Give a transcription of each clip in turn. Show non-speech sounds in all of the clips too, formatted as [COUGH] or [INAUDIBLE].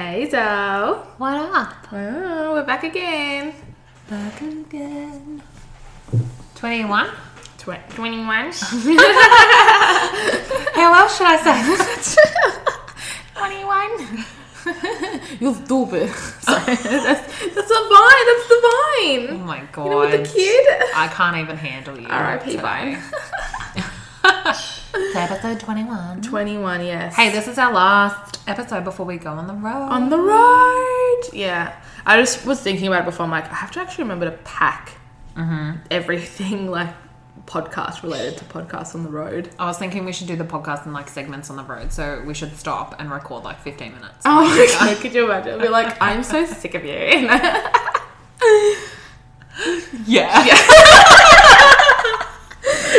Lizzo. What up? Wow, we're back again. Back again. 21? Tw- 21. [LAUGHS] How else should I say that? [LAUGHS] 21. [LAUGHS] You're [LAUGHS] stupid. that's, that's the vine. That's the Oh vine. my god. You know, with the kid. I can't even handle you. R.I.P. today. Vine. [LAUGHS] It's episode 21. 21, yes. Hey, this is our last episode before we go on the road. On the road. Yeah. I just was thinking about it before. I'm like, I have to actually remember to pack Mm-hmm. everything, like podcast related to podcasts on the road. I was thinking we should do the podcast in like segments on the road, so we should stop and record like 15 minutes. Oh my god, could you imagine? I'd be like, I'm so sick of you. [LAUGHS] [LAUGHS] Yeah.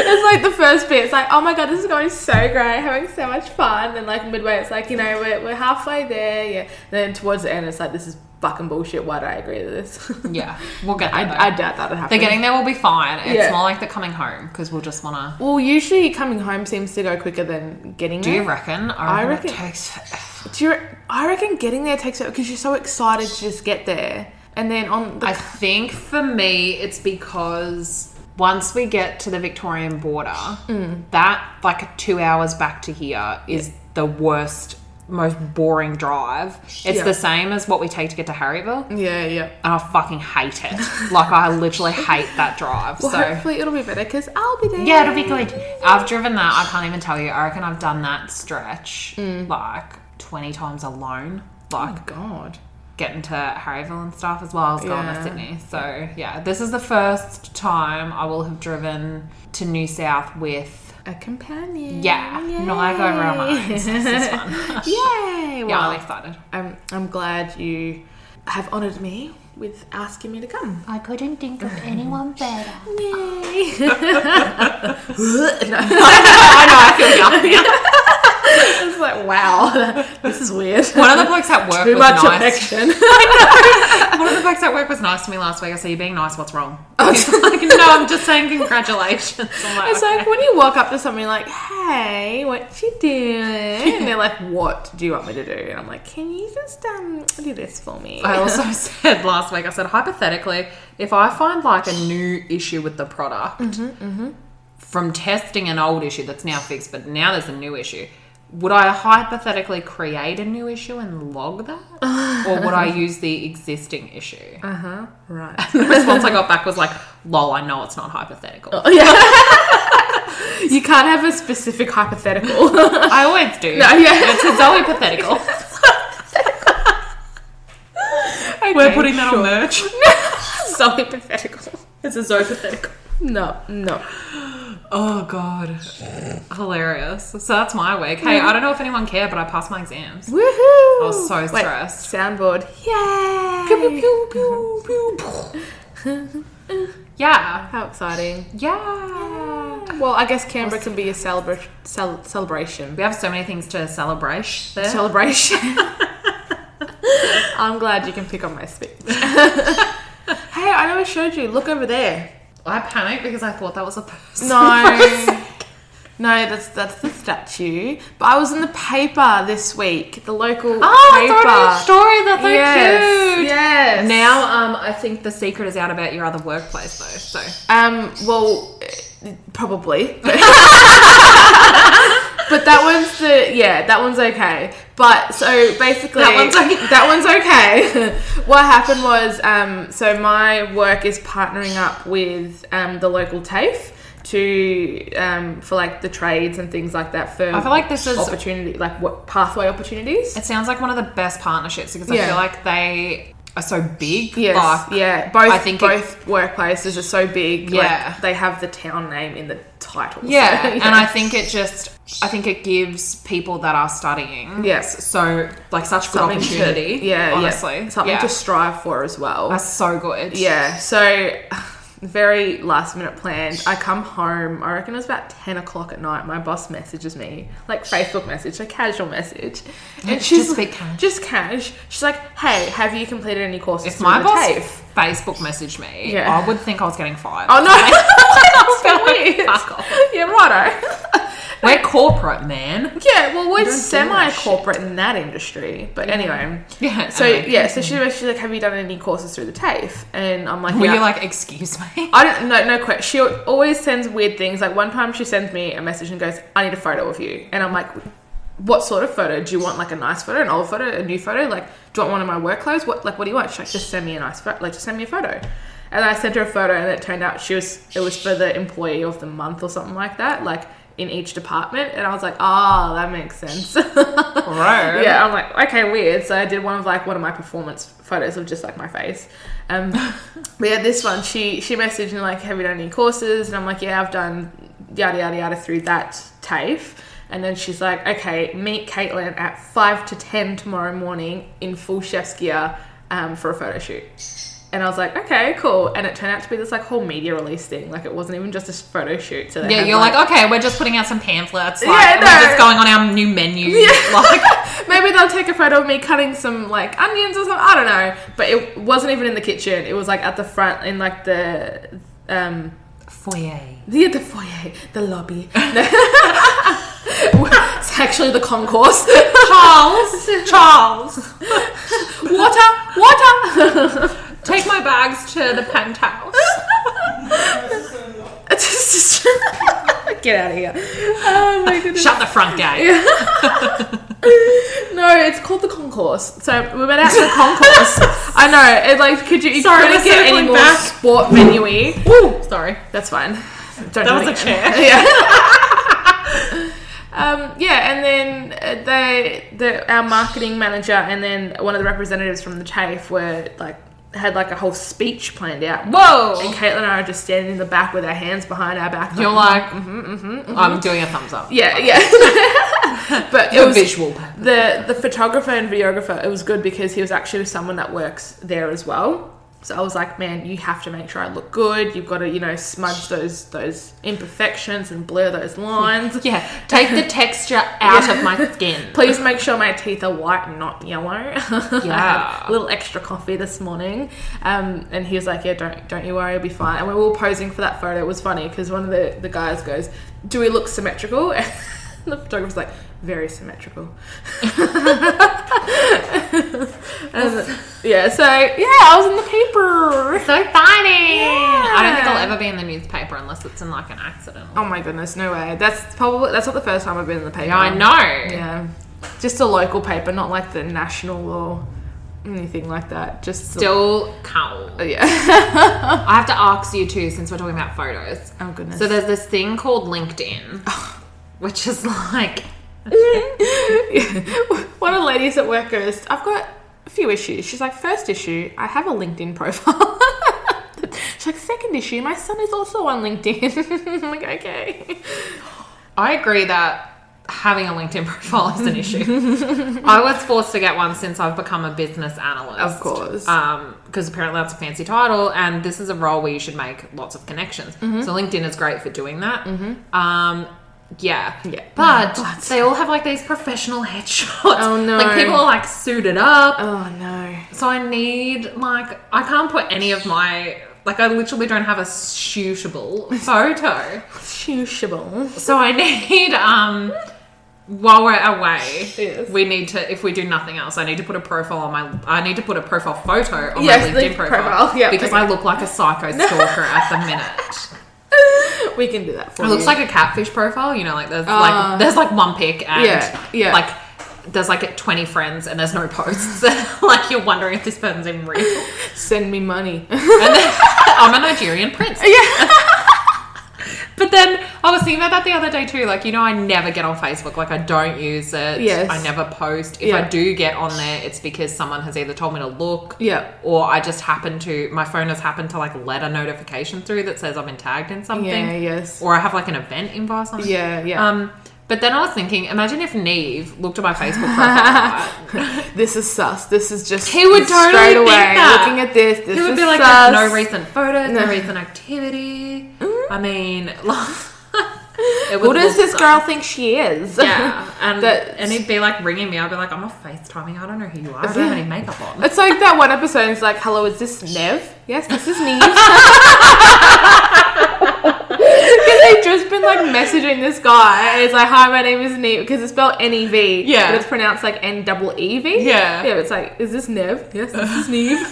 It's like the first bit. It's like, oh my god, this is going so great, having so much fun. And like midway, it's like, you know, we're, we're halfway there. Yeah. then towards the end, it's like, this is fucking bullshit. Why did I agree to [LAUGHS] this? Yeah. We'll get there. though. I, I doubt that'll happen. the getting there will be fine. It's Yeah. more like the coming home because we'll just want to. well, usually coming home seems to go quicker than getting Do there. you reckon? I it reckon- takes Do you re- I reckon getting there takes because you're so excited to just get there. And then on the. I think for me, it's because once we get to the Victorian border, that like two hours back to here is the worst, most boring drive. It's Yeah. the same as what we take to get to Harryville, and yeah, yeah. I fucking hate it. like I literally hate that drive. Well, so. hopefully it'll be better because I'll be there. Yeah, it'll be good. I've driven that. I can't even tell you. I reckon I've done that stretch like 20 times alone. Like, Oh, God. getting to Harryville and stuff as well as going Yeah. to Sydney. So yeah, this is the first time I will have driven to New South with A companion. yeah, Yay. Nigo Romance. This is fun. [LAUGHS] Yay! yeah, Wow. I'm excited. [LAUGHS] I'm, I'm glad you have honoured me with asking me to come. I couldn't think of anyone better. [LAUGHS] Yay! [LAUGHS] I know. I feel yucky. It's like, [LAUGHS] wow, this is weird. One of the blokes at work Too was much nice. affection. One of the blokes at work was nice to me last week. I said, "You're being nice. What's wrong?" He's like, "No, I'm just saying congratulations." I'm like, Oh, [LAUGHS] It's like when you walk up to somebody like, hey, what you doing? And they're like, what do you want me to do? And I'm like, can you just um do this for me? [LAUGHS] I also said last week, I said, hypothetically, if I find like a new issue with the product Mm-hmm, from testing an old issue that's now fixed, but now there's a new issue, would I hypothetically create a new issue and [LAUGHS] log that? or would I use the existing issue? uh-huh. Right. [LAUGHS] The response I got back was like, lol, I know it's not hypothetical. Oh. yeah. you can't have a specific hypothetical. [LAUGHS] I always do. No, yeah. [LAUGHS] It's a Zoe pathetical. We're putting that on merch. Zoe hypothetical. It's a Zoe pathetical. No, no. Oh god, hilarious! So that's my week. Hey, I don't know if anyone cared, but I passed my exams. Woohoo! I was so Wait, stressed. soundboard. Yay! Yeah, [LAUGHS] How exciting. yeah. Well, I guess Canberra can be a celebra- cel- celebration. We have so many things to celebrate there. Celebration. I'm glad you can pick up my speech. hey, I never showed you. Look over [LAUGHS] there. [LAUGHS] I panicked because I thought that was a person. No. [LAUGHS] No, that's that's the statue. But I was in the paper this week, the local Oh, I paper. saw it in your story. That's so yes, cute. yes. Now, um, I think the secret is out about your other workplace though. So Um, well, eh, probably. [LAUGHS] but that one's the yeah, that one's okay. But so basically, That one's okay. that one's okay. [LAUGHS] what happened was, um, so my work is partnering up with um, the local TAFE to um, for like the trades and things like that for I feel like this is- opportunity like what pathway opportunities it sounds like one of the best partnerships because I Yeah. feel like they are so big. Yes, Like, yeah. Both I think both workplaces are so big. like, Yeah. they have the town name in the title. so, [LAUGHS] Yeah, and I think it just I think it gives people that are studying yes, so like such good something opportunity. To, yeah, yeah. honestly, something Yeah. to strive for as well. that's so good. yeah. So [SIGHS] very last minute planned. I come home. I reckon it was about ten o'clock at night. My boss messages me, like Facebook message, a casual [LAUGHS] message, and she's Just be like- cash. Just cash. She's like, "Hey, have you completed any courses?" If my through the boss TAFE?" Facebook messaged me, Yeah. I would [LAUGHS] think I was getting [LAUGHS] fired. Oh no, that's so weird. Fuck off. Yeah, righto. We're corporate, man. [LAUGHS] Yeah, well, You we're don't do that semi corporate in that industry. But anyway. [LAUGHS] Yeah. So, anyway. yeah, so she was she's like, Have you done any courses through the TAFE? And I'm like, Were yeah. you like, excuse me? [LAUGHS] I don't no no question. She always sends weird things. Like one time she sends me a message and goes, "I need a photo of you," and I'm like, "What sort of photo? Do you want like a nice photo, an old photo, a new photo? Like, do you want one of my work clothes? What like what do you want?" She's like, "Just send me a nice photo. Like, just send me a photo." And I sent her a photo, and it turned out she was it was for the employee of the month or something like that, like in each department. And I was like, "Ah, that makes sense." [LAUGHS] Right. yeah, I'm like, okay, weird. So I did one of like one of my performance photos of just like my face. [LAUGHS] Um, but yeah, this one she she messaged me like, have you done any courses? And I'm like, yeah, I've done yada yada yada through that TAFE. And then she's like, okay, meet Caitlin at five to ten tomorrow morning in full chef's gear um, for a photo shoot. And I was like, okay, cool. And it turned out to be this like whole media release thing. Like it wasn't even just a photo shoot. So they [LAUGHS] Yeah, had, you're like, okay, we're just putting out some pamphlets. Like, Yeah, We're no. just going on our new menu. Yeah. [LAUGHS] Like, Maybe they'll take a photo of me cutting some like onions or something. I don't know. But it wasn't even in the kitchen. It was like at the front in like the um foyer. the the foyer, the lobby. [LAUGHS] No. it's actually the concourse. [LAUGHS] Charles, Charles, Water, water. [LAUGHS] take my bags to the penthouse. It's just- Get out of here. Oh my goodness. Shut the front [LAUGHS] gate. No, it's called the concourse. So we went out to the [LAUGHS] concourse. I know. It like could you? you Sorry, couldn't we're get any circling more back. sport venue. Ooh, sorry. That's fine. Don't That do it was a again. chair. [LAUGHS] [LAUGHS] Yeah. um, yeah, and then uh, they, the our marketing manager and then one of the representatives from the TAFE were like had like a whole speech planned out. And Whoa. Caitlin and I are just standing in the back with our hands behind our back. You're like, I'm doing a thumbs up. yeah, [LAUGHS] yeah. but it Your was visual. the the photographer and videographer. It was good because he was actually someone that works there as well. So I was like, man, you have to make sure I look good. You've got to, you know, smudge those those imperfections and blur those lines. [LAUGHS] Yeah, take the texture out of [LAUGHS] my skin. Please make sure my teeth are white and not yellow. I Yeah. had [LAUGHS] a little extra coffee this morning. Um, and he was like, Yeah, don't don't you worry, it'll be fine. And we were all posing for that photo. It was funny because one of the, the guys goes, Do we look symmetrical? [LAUGHS] And the photographer's like, Very symmetrical. [LAUGHS] And, yeah, so yeah, I was in the paper. So funny. Yeah. I don't think I'll ever be in the newspaper unless it's in like an accident. Oh my goodness, no way. That's probably that's not the first time I've been in the paper. Yeah, I know. Yeah. Just a local paper, not like the national or anything like that. Just the- Still cold. [LAUGHS] yeah. I have to ask you too, since we're talking about photos. Oh goodness. [LAUGHS] So there's this thing called LinkedIn, which is like One of the ladies at work goes, I've got a few issues. She's like, first issue, I have a LinkedIn profile. [LAUGHS] She's like, second issue, my son is also on LinkedIn. [LAUGHS] I'm like, okay. I agree that having a LinkedIn [LAUGHS] profile is an issue. [LAUGHS] I was forced to get one since I've become a business analyst. Of course. Because apparently that's a fancy title, and this is a role where you should make lots of connections. Mm-hmm. So LinkedIn is great for doing that. Um, yeah. Yeah. [LAUGHS] But they all have like these professional headshots. Oh, no. Like people are like suited up. Oh no. So I need like I can't put any of my like I literally don't have a shootable photo. Shoeshable. So I [LAUGHS] need um while we're away, Yes. we need to if we do nothing else, I need to put a profile on my I need to put a profile photo on Yes, my LinkedIn the profile, profile, yeah, because okay. I look like [LAUGHS] a psycho stalker at the minute. We can do that for It you. looks like a catfish profile, you know, like there's Ah. like there's like one pic and Yeah, yeah. like there's like 20 friends and there's no posts. [LAUGHS] like you're wondering if this person's even real. send me money. [LAUGHS] And then, [LAUGHS] I'm a Nigerian prince. [LAUGHS] but then I was thinking about that the other day too. Like, you know, I never get on Facebook. Like, I don't use it. Yes. I never post. If Yeah. I do get on there, it's because someone has either told me to look. Yeah. Or I just happen to, my phone has happened to like let a notification through that says I've been tagged in something. Yeah, yes. Or I have like an event invite or something. Yeah, yeah. Um, but then I was thinking, imagine if Neve looked at my Facebook [LAUGHS] profile. This is sus. This is just He would totally straight away think that. looking at this. This It would is be like sus. there's no recent photos, no, No. recent activity. I mean, [LAUGHS] like, it Who does look this so- girl think she is? [LAUGHS] Yeah, and That's- and he'd be like ringing me. I'd be like, I'm not FaceTiming. I don't know who you are. I don't have any makeup [LAUGHS] on. It's like that one episode. It's like, "Hello, is this Nev?" Yes, this is Neve. [LAUGHS] Because they've just been been like messaging this guy. And it's like, hi, my name is Neve because it's spelled N E V. Yeah. but it's pronounced like N double E V. Yeah. yeah. but It's like, is this Nev? Yes, this [LAUGHS] is Neve. [LAUGHS]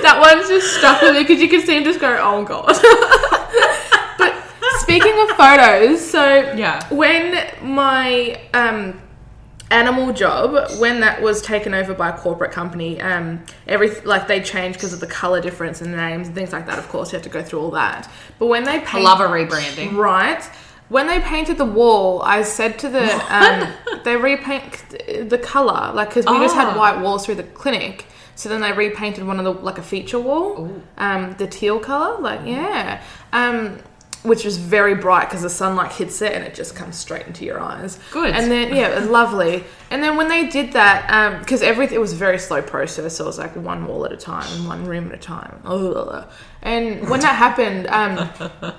that one's just stuck with me because you can see him just go, oh god. [LAUGHS] but speaking of photos, so Yeah. when my um animal job when that was taken over by a corporate company um every like they changed because of the color difference and names and things like that of course you have to go through all that but when they I paint, love a [LAUGHS] rebranding. right when they painted the wall i said to the um they repaint the color like because we just had Ah. white walls through the clinic so then they repainted one of the like a feature wall um the teal color like yeah um which was very bright because the sunlight hits it and it just comes straight into your eyes Good. and then yeah, it was lovely. And then when they did that, because everything it was a very slow process, so it was like one wall at a time, one room at a time. Ugh. And when that happened, um,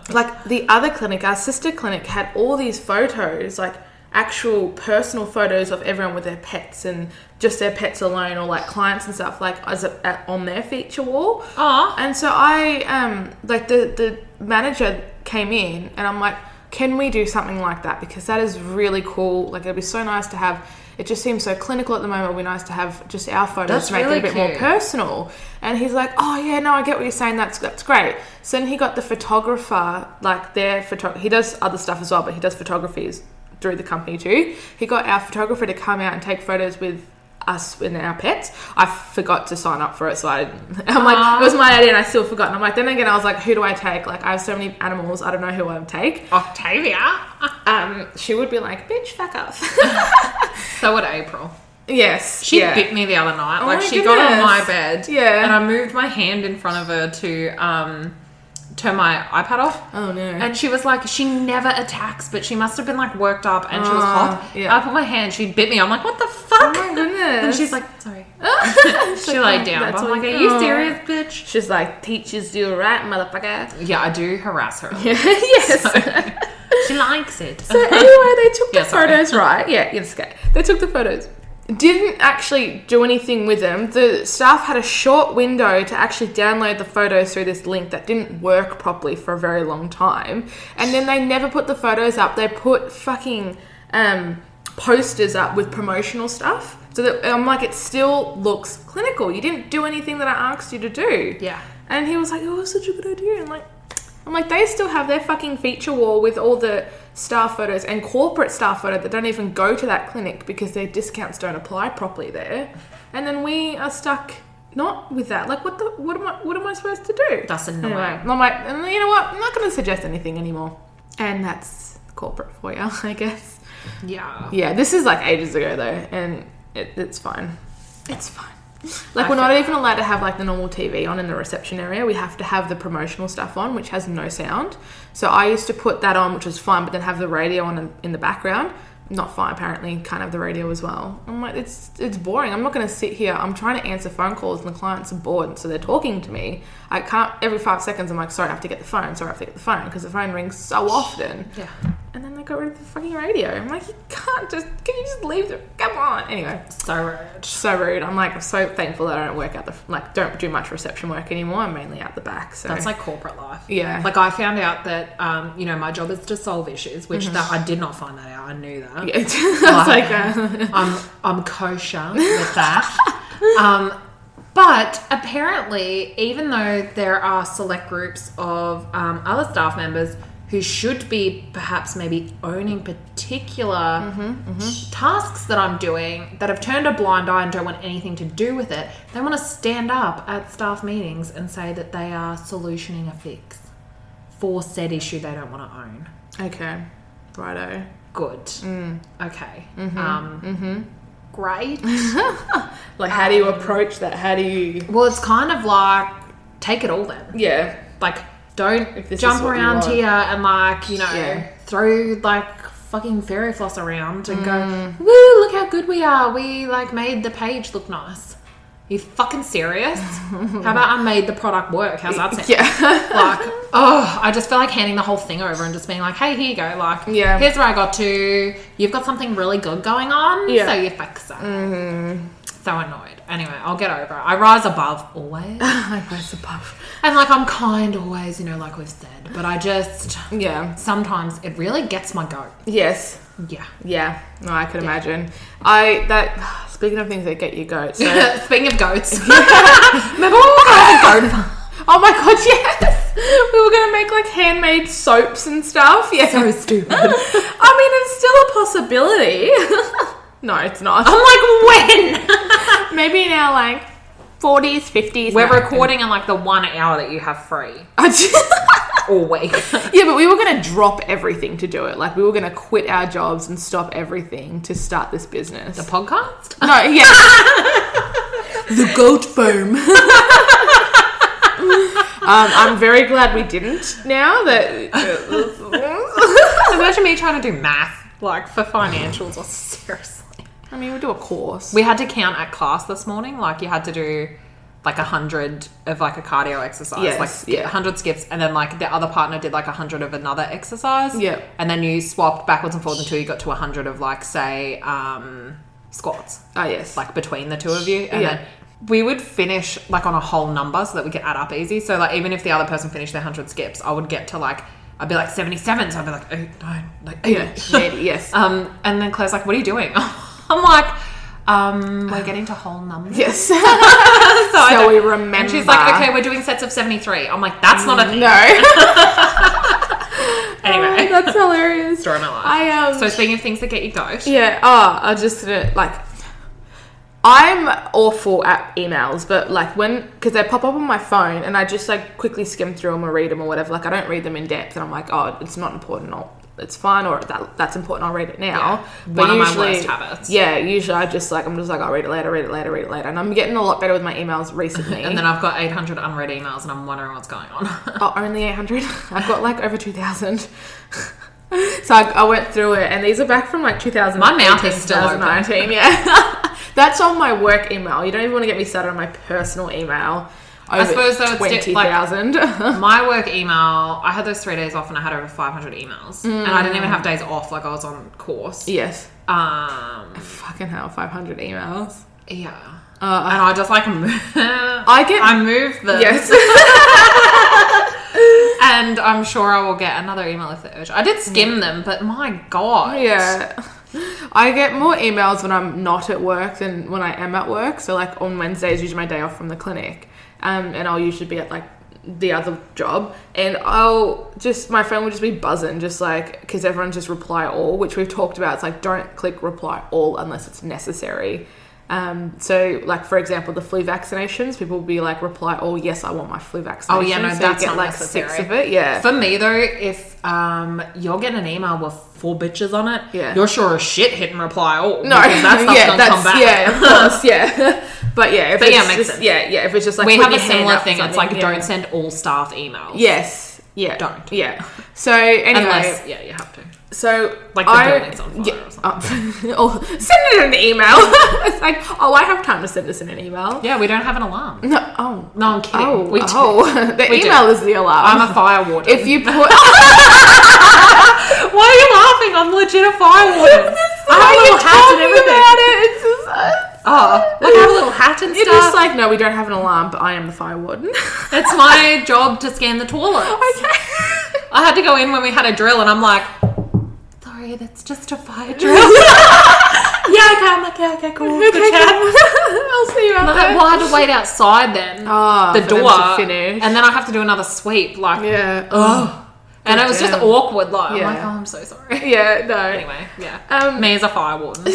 like the other clinic, our sister clinic, had all these photos, like actual personal photos of everyone with their pets and just their pets alone, or like clients and stuff, like as a, at, on their feature wall. Aw. And so I, um, like the the manager came in, and I'm like, can we do something like that? Because that is really cool. Like it'd be so nice to have. It just seems so clinical at the moment. It'd be nice to have just our photos That's to make really it a bit more cute. personal. And he's like, oh yeah, no, I get what you're saying. That's that's great. So then he got the photographer, like their photographer. He does other stuff as well, but he does photographies through the company too. He got our photographer to come out and take photos with us and our pets. I forgot to sign up for it, so I [LAUGHS] didn't. I'm like, Aw. it was my idea, and I still forgot. And I'm like, then again, I was like, who do I take? Like, I have so many animals, I don't know who I would take. Octavia. Um, she would be like, bitch, fuck off. [LAUGHS] So would April. [LAUGHS] yes, She yeah. bit me the other night. Oh like my she got on goodness. my bed. Yeah. And I moved my hand in front of her to um turn my iPad off. Oh no. And she was like, she never attacks, but she must have been like worked up and she was Ah, hot. yeah. I put my hand, she bit me. I'm like, what the fuck? Oh my goodness. And she's like, [LAUGHS] sorry. [LAUGHS] she like, laid "Oh, down. that's But I'm all like, you are you got." serious, bitch? She's like, teachers do right, motherfucker. [LAUGHS] Yeah, I do harass her. yes. [LAUGHS] She likes it. So anyway, they took the Yeah, sorry. photos, right? Yeah, it's okay. They took the photos. Didn't actually do anything with them. The staff had a short window to actually download the photos through this link that didn't work properly for a very long time. And then they never put the photos up. They put fucking um, posters up with promotional stuff. So that I'm like, it still looks clinical. You didn't do anything that I asked you to do. Yeah. And he was like, "Oh, it's such a good idea." And like, I'm like, they still have their fucking feature wall with all the staff photos and corporate staff photo that don't even go to that clinic because their discounts don't apply properly there. And then we are stuck not with that. Like, what the? What am I? What am I supposed to do? That's annoying. anyway. And I'm like, and you know what? I'm not going to suggest anything anymore. And that's corporate for you, [LAUGHS] I guess. Yeah. Yeah, this is like ages ago though, and it, it's fine. It's fine. Like I we're not feel- even allowed to have like the normal TV on in the reception area. We have to have the promotional stuff on, which has no sound. So I used to put that on, which was fine, but then have the radio on in, in the background. Not fine, apparently. Can't have the radio as well. I'm like, it's it's boring. I'm not going to sit here. I'm trying to answer phone calls, and the clients are bored, so they're talking to me. I can't. Every five seconds, I'm like, sorry, I have to get the phone. Sorry, I have to get the phone because the phone rings so often. Yeah. And then they got rid of the fucking radio. I'm like, you can't just, can you just leave the, come on. Anyway, So rude. so rude. I'm like, I'm so thankful that I don't work out the, like, don't do much reception work anymore. I'm mainly out the back. So That's like corporate life. Yeah. [LAUGHS] Like I found out that um, you know, my job is to solve issues, which Mm-hmm. that I did not find that out. I knew that. yeah, it's like, uh, I'm I'm kosher with that. um, but apparently, even though there are select groups of um, other staff members who should be perhaps maybe owning particular tasks that I'm doing that have turned a blind eye and don't want anything to do with it, they want to stand up at staff meetings and say that they are solutioning a fix for said issue they don't want to own uh, [LAUGHS] okay, righto. good. Okay. Um, Great. Like, how do Um, you approach that? How do you, well, it's kind of like take it all then. [LAUGHS] yeah, Like, don't If this jump is what you around want. here and like you know Yeah. throw like fucking fairy floss around and Mm. go, woo! Look how good we are. We like made the page look nice. You [LAUGHS] fucking serious? how about I made the product work? How's that sound? yeah, like oh i just feel like handing the whole thing over and just being like hey here you go like Yeah. here's where i got to you've got something really good going on Yeah. so you fix it so annoyed. Anyway, I'll get over it. I rise above always. I rise above. And like I'm kind always, you know, like we've said, but I just Yeah. sometimes it really gets my goat. Yes. Yeah. Yeah. No, I could imagine. I that [SIGHS] speaking of things that get you goat. So, [LAUGHS] Speaking of goats, remember when we got a goat farm? [LAUGHS] oh my god, yes. We were gonna make like handmade soaps and stuff. Yeah. [LAUGHS] So stupid. I mean, it's still a possibility. [LAUGHS] no, it's not. [LAUGHS] [LAUGHS] I'm like, when? Maybe in our like 40s, 50s. We're no. recording in like the one hour that you have free I just- all week. [LAUGHS] yeah, but we were going to drop everything to do it. Like, we were going to quit our jobs and stop everything to start this business. The podcast? no, [LAUGHS] yeah. The [LAUGHS] goat farm. Um, I'm very glad we didn't now [LAUGHS] that. Imagine me trying to do math, like for financials [LAUGHS] or seriously. I mean, we do a course. We had to count at class this morning. Like you had to do like a hundred of like a cardio exercise, Yes, like sk- yeah. hundred skips, and then like the other partner did like a hundred of another exercise. Yeah. and then you swapped backwards and forwards until you got to a hundred of like say um, squats, Oh, yes. like between the two of you, and Yeah. then. We would finish like on a whole number so that we could add up easy. So like even if the other person finished their hundred skips, I would get to like I'd be like seventy seven, so I'd be like eight, nine, like eight. yeah, maybe, yes. Um, and then Claire's like, "What are you doing?" [LAUGHS] I'm like, um, [SIGHS] "We're getting to whole numbers." yes. [LAUGHS] So, I so don't- we remember. Mm, and she's like, "Okay, we're doing sets of 73." I'm like, "That's not a thing." No. [LAUGHS] Anyway, [LAUGHS] That's hilarious. story of my life. I, um, so speaking of things that get you goat, Yeah. Oh, I just didn't like. I'm awful at emails, but like when because they pop up on my phone and I just like quickly skim through them or read them or whatever. Like I don't read them in depth, and I'm like, oh, it's not important. I'll, it's fine, or that that's important. I'll read it now. Yeah. One of my worst habits. Yeah, usually I just like I'm just like I'll read it later, read it later, read it later, and I'm getting a lot better with my emails recently. [LAUGHS] and then I've got 800 unread emails, and I'm wondering what's going on. [LAUGHS] Oh, only 800. [LAUGHS] I've got like over 2,000. [LAUGHS] so I, I went through it, and these are back from like 2000. My mouth is still open. 2019. Yeah, [LAUGHS] that's on my work email. You don't even want to get me started on my personal email. Over suppose though it's di- twenty like- thousand. my work email, I had those three days off, and I had over 500 emails, and I didn't even have days off. Like I was on [LAUGHS] course. yes, Um, fucking hell, 500 emails. yeah. Uh, and I just like, [LAUGHS] I I get moved them. yes. And I'm sure I will get another email if they urge. I did skim them, but my god. Yeah. I get more emails when I'm not at work than when I am at work. So like on Wednesday is usually my day off from the clinic, um, and I'll usually be at like the other job, and I'll just my phone will just be buzzing, just like because everyone just reply all, which we've talked about. It's like don't click reply all unless it's necessary. Um, so like for example, the flu vaccinations, people will be like reply all, yes, I want my flu vaccination. Oh, yeah, no, so you that's get not like six necessary. of it, yeah. For me though, if um you're getting an email with four bitches on it, Yeah. you're sure as shit hitting reply all. No, because that stuff's gonna come back. yeah, [LAUGHS] of course, yeah. [LAUGHS] but yeah, if But it's yeah, it makes just, sense. yeah, yeah. If it's just like we put have a your hand similar up for thing. It's something, like yeah. don't send all staff emails. Yes, yeah, Don't. yeah. So anyway, Unless yeah, you have to. so Like the I, building's on fire yeah, or something. [LAUGHS] oh, send it in an email. [LAUGHS] it's like, oh, I have time to send this in an email. Yeah, we don't have an alarm. No, oh, No, I'm kidding. oh, we do. oh. [LAUGHS] the We do. email is the alarm. I'm a fire warden. if you put [LAUGHS] [LAUGHS] Why are you laughing? I'm legit a [LAUGHS] fire warden. I have a Why are you little hat and talking everything. about it, it's just, uh, Oh, look, I have a little hat and it's stuff. just like no, we don't have an alarm, but I am the fire warden. [LAUGHS] it's my job to scan the [LAUGHS] toilet. okay. I had to go in when we had a drill, and I'm like, sorry, that's just a fire [LAUGHS] drill. yeah, okay. I'm like, yeah, okay, cool. Good Okay, [LAUGHS] chat. I'll see you out there. I'm like, well, I had [LAUGHS] to wait outside then. Ah, the for them door. to finish. And Oh. then I have to do another sweep. Like, Yeah. ugh. And it was just Goddamn. awkward. Like, Yeah. I'm like, oh, I'm so sorry. [LAUGHS] Yeah, no. Anyway, yeah. Um, Me as a fire warden. [LAUGHS]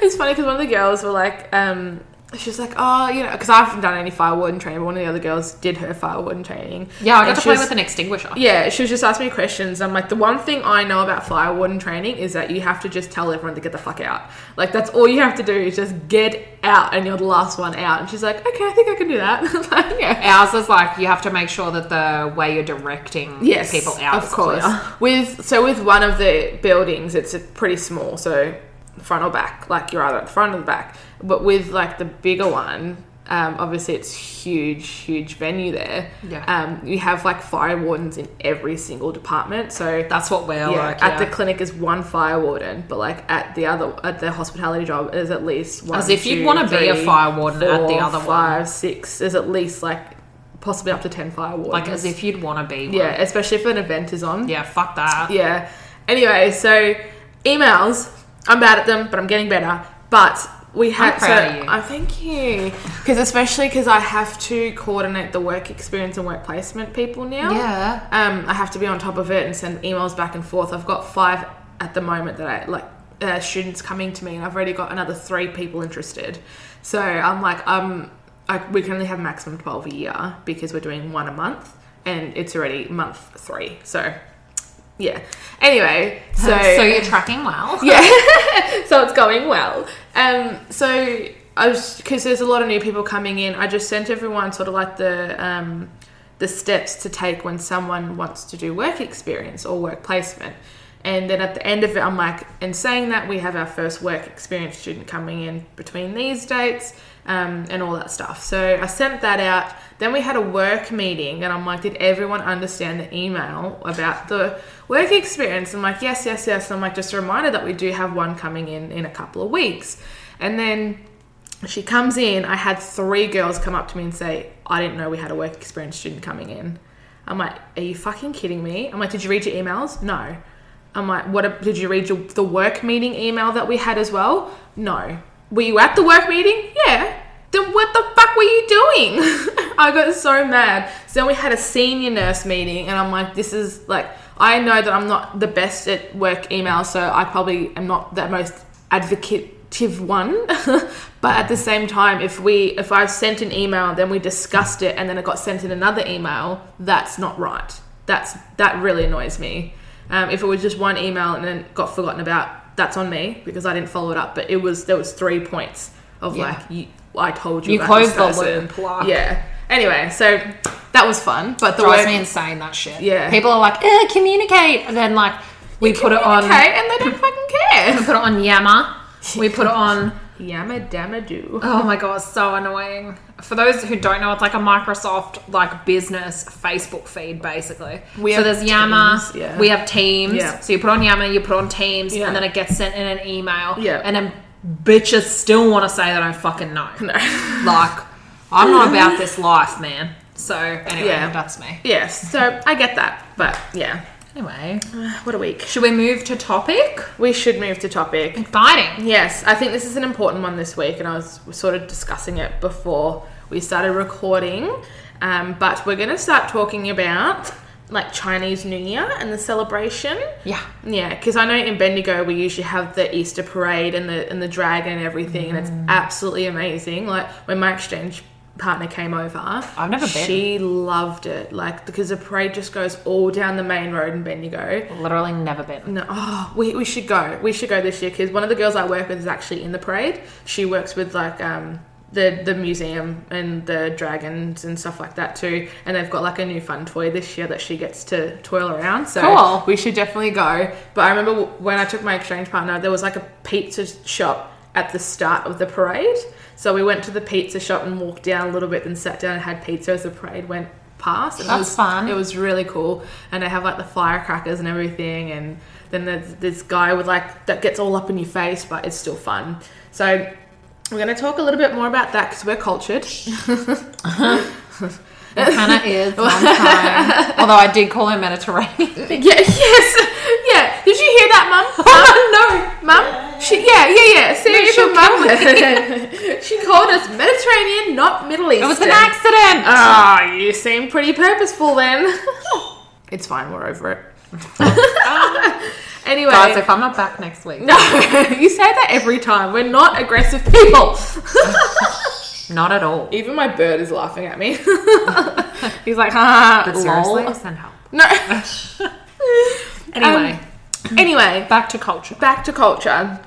It's funny because one of the girls were like, um, she's like, oh, you know, because I haven't done any fire warden training, but one of the other girls did her fire warden training. Yeah, I got And to she play was- with an extinguisher. Yeah, she was just asking me questions. I'm like, the one thing I know about fire warden training is that you have to just tell everyone to get the fuck out. Like, that's all you have to do is just get out and you're the last one out. And she's like, okay, I think I can do that. [LAUGHS] like, yeah. Ours is like you have to make sure that the way you're directing yes, people out Of is course. clear. With so with one of the buildings, it's a pretty small, so front or back, like you're either at the front or the back. But with like the bigger one, Um, obviously, it's huge, huge venue there. Yeah. Um, you have like fire wardens in every single department. So That's what we're yeah, like. at yeah. the clinic is one fire warden, but like at the other at the hospitality job is at least one. As if you'd two, wanna be a three, fire warden at the four, other one. five, six. There's at least like possibly up to ten fire wardens. like as if you'd want to be. One. yeah, especially if an event is on. Yeah. Fuck that. Yeah. Anyway, so emails, I'm bad at them, but I'm getting better. But we had proud so of you. I thank you because especially because I have to coordinate the work experience and work placement people now. Yeah. Um, I have to be on top of it and send emails back and forth. I've got five at the moment that I like uh, students coming to me, and I've already got another three people interested. So I'm like, um, I, we can only have maximum twelve a year because we're doing one a month, and it's already month three. So yeah. Anyway, so So you're tracking well. yeah [LAUGHS] so it's going well um so i was because there's a lot of new people coming in i just sent everyone sort of like the um the steps to take when someone wants to do work experience or work placement and then at the end of it i'm like and saying that we have our first work experience student coming in between these dates um, and all that stuff so i sent that out then we had a work meeting and i'm like did everyone understand the email about the work experience. I'm like, yes, yes, yes. I'm like, just a reminder that we do have one coming in in a couple of weeks. And then she comes in. I had three girls come up to me and say, I didn't know we had a work experience student coming in. I'm like, are you fucking kidding me? I'm like, did you read your emails? No. I'm like, what a- did you read your, the work meeting email that we had as well? No. Were you at the work meeting? Yeah. Then what the fuck were you doing? [LAUGHS] I got so mad. So then we had a senior nurse meeting, and I'm like, this is like, I know that I'm not the best at work email, so I probably am not the most advocative one. [LAUGHS] but at the same time, if we, if I've sent an email, then we discussed it, and then it got sent in another email, that's not right. That's that really annoys me. Um, if it was just one email and then got forgotten about, that's on me because I didn't follow it up. But it was there was three points of Yeah. like you, I told you. You about this closed the person. loop, like- Yeah. Anyway, so that was fun, but the drives work- me insane that shit. Yeah. People are like, eh, communicate, and then like we put it on, okay, and they don't fucking we care. [LAUGHS] put it on Yammer. We put it on. Yammer dammer [LAUGHS] do. Oh my god, so annoying. For those who don't know, it's like a Microsoft like business Facebook feed basically. We so have there's Yammer. Teams, yeah. We have Teams. Yeah. So you put on Yammer, you put on Teams, Yeah. and then it gets sent in an email. Yeah. And then bitches still want to say they don't fucking know. No. Like, I'm not about this life, man. So anyway, Yeah. that's me. Yes, so I get that, but yeah, Anyway, what a week. should we move to topic? We should move to topic. Exciting. Yes, I think this is an important one this week, and I was sort of discussing it before we started recording. Um, but we're going to start talking about like Chinese New Year and the celebration. Yeah. Yeah, because I know in Bendigo we usually have the Easter parade and the and the dragon and everything, and it's Mm. absolutely amazing. Like when my exchange partner came over, I've never been. She loved it, like because the parade just goes all down the main road in Bendigo, Literally never [LAUGHS] been. no, oh, we, we should go. We should go this year because one of the girls I work with is actually in the parade. She works with like um the the museum and the dragons and stuff like that too. And they've got like a new fun toy this year that she gets to twirl around. So Cool. we should definitely go. But I remember w- when I took my exchange partner, there was like a pizza shop at the start of the parade. So we went to the pizza shop and walked down a little bit, then sat down and had pizza as the parade went past. And it That's was- fun. It was really cool, and they have like the firecrackers and everything, and then there's this guy with like that gets all up in your face, but it's still fun. So we're gonna talk a little bit more about that because we're cultured. [LAUGHS] [LAUGHS] Hannah is long time. Although I did call her [LAUGHS] Mediterranean. yeah, yes, yeah. Did you hear that, mum? [LAUGHS] oh Mum, she yeah yeah yeah. See, even she'll [LAUGHS] mum, she called us Mediterranean, not Middle East. It was an accident. Ah, you seem pretty purposeful [LAUGHS] then. it's fine. We're over it. Oh. [LAUGHS] anyway, Guys, if I'm not back next week, No, [LAUGHS] you say that every time. We're not aggressive people. [LAUGHS] not at all. Even my bird is laughing at me. [LAUGHS] He's like, ha, But lol. seriously, send help. No. [LAUGHS] [LAUGHS] Anyway, Um, anyway, back to culture. back to culture.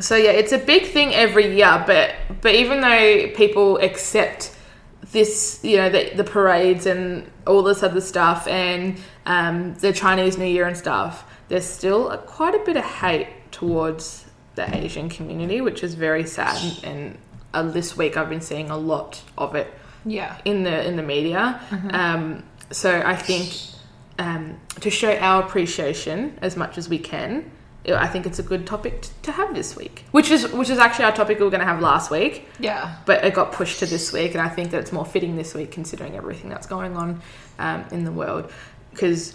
So yeah, it's a big thing every year, but but even though people accept this, you know, the, the parades and all this other stuff and um, the Chinese New Year and stuff, there's still a, quite a bit of hate towards the Asian community, which is very sad and uh, this week I've been seeing a lot of it Yeah. in the in the media. Um, so I think um, to show our appreciation as much as we can, I I think it's a good topic t- to have this week, which is which is actually our topic we were going to have last week, Yeah. but it got pushed to this week, and I think that it's more fitting this week considering everything that's going on um, in the world, because.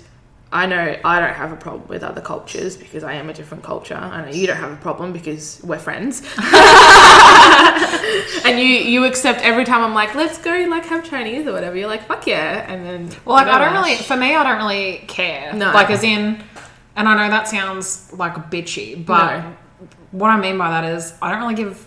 I know I don't have a problem with other cultures because I am a different culture. I know you don't have a problem because we're [LAUGHS] friends. and you you accept every time I'm like, let's go like have Chinese or whatever. You're like, fuck yeah, and then Well, like no I don't lash. really. For me, I don't really care. No. Like as in, and I know that sounds like bitchy, but No. what I mean by that is I don't really give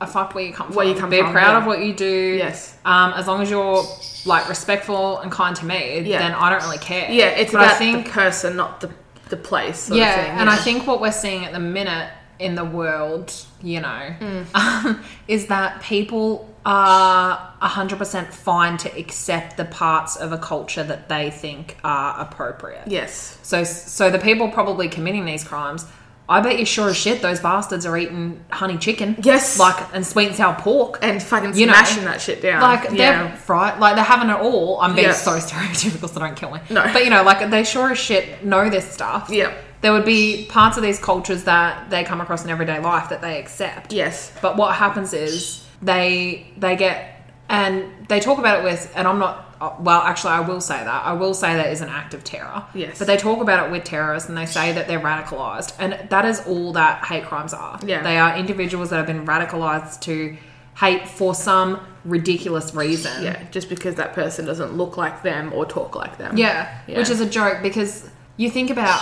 a fuck where you come from. Where you come Be from, proud yeah. of what you do. Yes. Um, as long as you're like respectful and kind to me, Yeah. then I don't really care. yeah, it's But about I think the person, not the the place. Sort yeah, of thing, and yeah. I think what we're seeing at the minute in the world, you know, Mm. um, is that people are 100% fine to accept the parts of a culture that they think are appropriate. yes, So, so the people probably committing these crimes, I bet you sure as shit those bastards are eating honey chicken. Yes. Like, and sweet and sour pork. and fucking You know, smashing that shit down. Like they're yeah, fried, like they're having it all. I'm being Yeah. so [LAUGHS] stereotypical, so don't kill me. No. but you know, like they sure as shit know this stuff. Yeah. there would be parts of these cultures that they come across in everyday life that they accept. yes, But what happens is they they get and they talk about it with and I'm not uh, well actually I will say that I will say that is an act of terror. Yes. But they talk about it with terrorists and they say that they're radicalized and that is all that hate crimes are. Yeah. They are individuals that have been radicalized to hate for some ridiculous reason. yeah. Just because that person doesn't look like them or talk like them. Yeah, Yeah. which is a joke because you think about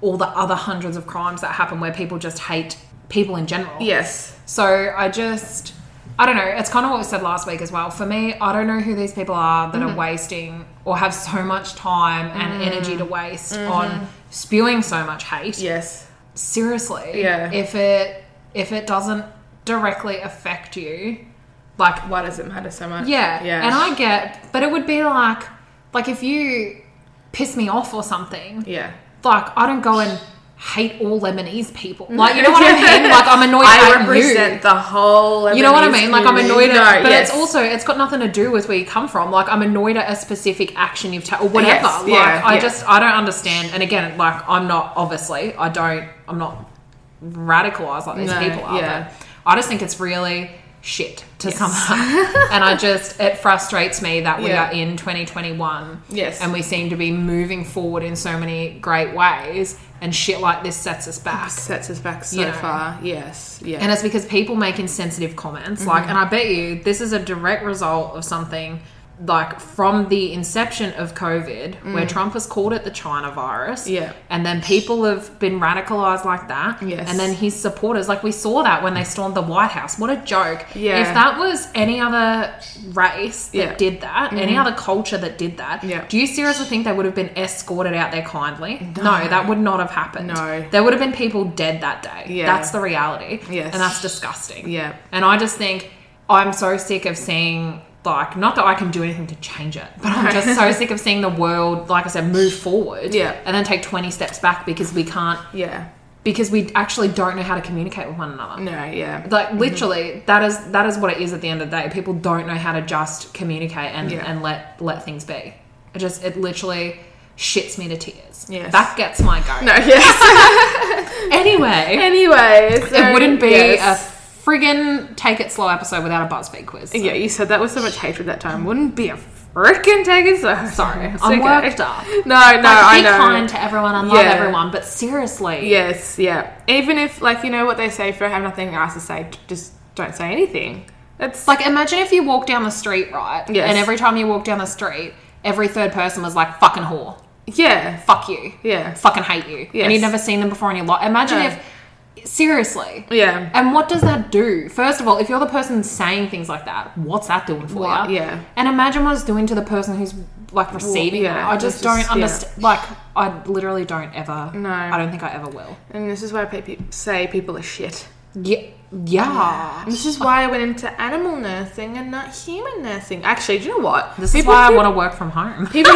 all the other hundreds of crimes that happen where people just hate people in general. Yes. So I just, I don't know. It's kind of what we said last week as well. For me, I don't know who these people are that Mm-hmm. are wasting or have so much time and Mm. energy to waste Mm-hmm. on spewing so much hate. Yes. Seriously. Yeah. If it if it doesn't directly affect you, like Why does it matter so much? yeah. Yeah. And I get, but it would be like like if you piss me off or something, Yeah. like I don't go and hate all Lebanese people. Like you know what I [LAUGHS] mean? Like I'm annoyed I at represent you. the whole. You know what I Lebanese mean? Like I'm community. annoyed No, at, but yes. it's also it's got nothing to do with where you come from. Like I'm annoyed at a specific action you've taken or whatever. Yes, like yeah, I yeah. just I don't understand. And again, like I'm not obviously I don't I'm not radicalized like these No, people are. yeah. But I just think it's really shit to [LAUGHS] sum up. and I just it frustrates me that we Yeah. are in 2021. Yes. and we seem to be moving forward in so many great ways, and shit like this sets us back. sets us back so You know. far. Yes. Yeah. Mm-hmm. And it's because people make insensitive comments. Like, and I bet you this is a direct result of something like from the inception of COVID, where Trump has called it the China virus. Mm. Yeah. And then people have been radicalized like that. Yes. And then his supporters, like, we saw that when they stormed the White House. What a joke. Yeah. If that was any other race that Yeah. Mm-hmm. did that, any other culture that did that, Yeah. do you seriously think they would have been escorted out there kindly? No, No. that would not have happened. No. There would have been people dead that day. Yeah. That's the reality. Yes. And that's disgusting. Yeah. And I just think I'm so sick of seeing like not that I can do anything to change it, but I'm just so sick of seeing the world, like I said, move forward. Yeah. And then take twenty steps back because we can't yeah. because we actually don't know how to communicate with one another. No. Mm-hmm. Yeah. Like literally, that is that is what it is at the end of the day. People don't know how to just communicate and, Yeah. and let let things be. It just it literally shits me to tears. Yes. That gets my goat. No. [LAUGHS] Yes. [LAUGHS] Anyway. [LAUGHS] Anyways, it wouldn't be a friggin' take it slow episode without a BuzzFeed quiz. so- yeah, you said that with so much hatred that time. Wouldn't be a freaking take it. So [LAUGHS] Sorry, It's I'm okay. worked up. No, no, I be know. kind to everyone and love Yeah. everyone, but seriously, Yes, yeah. Even if, like, you know what they say, if you have nothing else to say, j- just don't say anything. That's like imagine if you walk down the street, right? Yes. And every time you walk down the street, every third person was like, "Fucking whore, yeah, fuck you, yeah, fucking hate you," Yes. and you've never seen them before in your life. Imagine No. if, seriously. yeah, And what does that do? First of all, if you're the person saying things like that, what's that doing for What? you? Yeah. And imagine what it's doing to the person who's like receiving yeah, it. I just it's don't just- yeah. understand. Like, I literally don't ever. No. I don't think I ever will. and this is why people say people are shit. Yeah. Yeah. And this is why I went into animal nursing and not human nursing. Actually, do you know what? This is why I keep- want to work from home. People,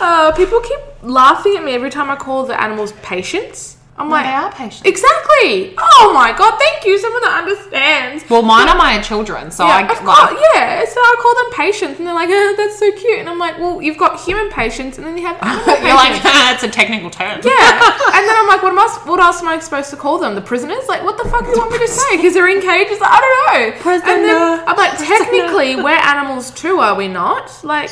uh, people keep laughing at me every time I call the animals patients. I'm Well, like, they are patients. Exactly. Oh my god, thank you, someone that understands. [LAUGHS] Well, mine are my children, so I yeah, of course, yeah. So I call them patients, and they're like, "Eh, "That's so cute," and I'm like, "Well, you've got human patients, and then you have animal like, patients." [LAUGHS] you're like, ah, it's a technical term. yeah, and then I'm like, "What am I? s- What else am I supposed to call them? The prisoners? Like, what the fuck do you want me to say? Because they're in cages. Like, I don't know." And Prisoner. then I'm like, "Technically, we're animals too, are we not?" Like,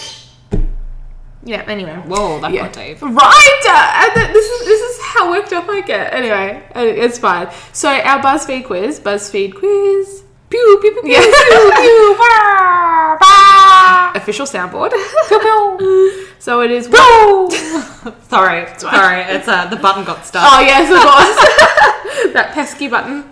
yeah. Anyway, Whoa, that yeah. got deep. Right, Uh, and th- this is this is how worked up I get. Anyway, uh, it's fine. So our BuzzFeed quiz, BuzzFeed quiz, pew pew pew pew pew, pew bah, [LAUGHS] bah. official soundboard. [LAUGHS] so it is. [LAUGHS] [LAUGHS] Sorry, sorry. It's uh, the button got stuck. [LAUGHS] Oh yes, of course. [LAUGHS] that pesky button.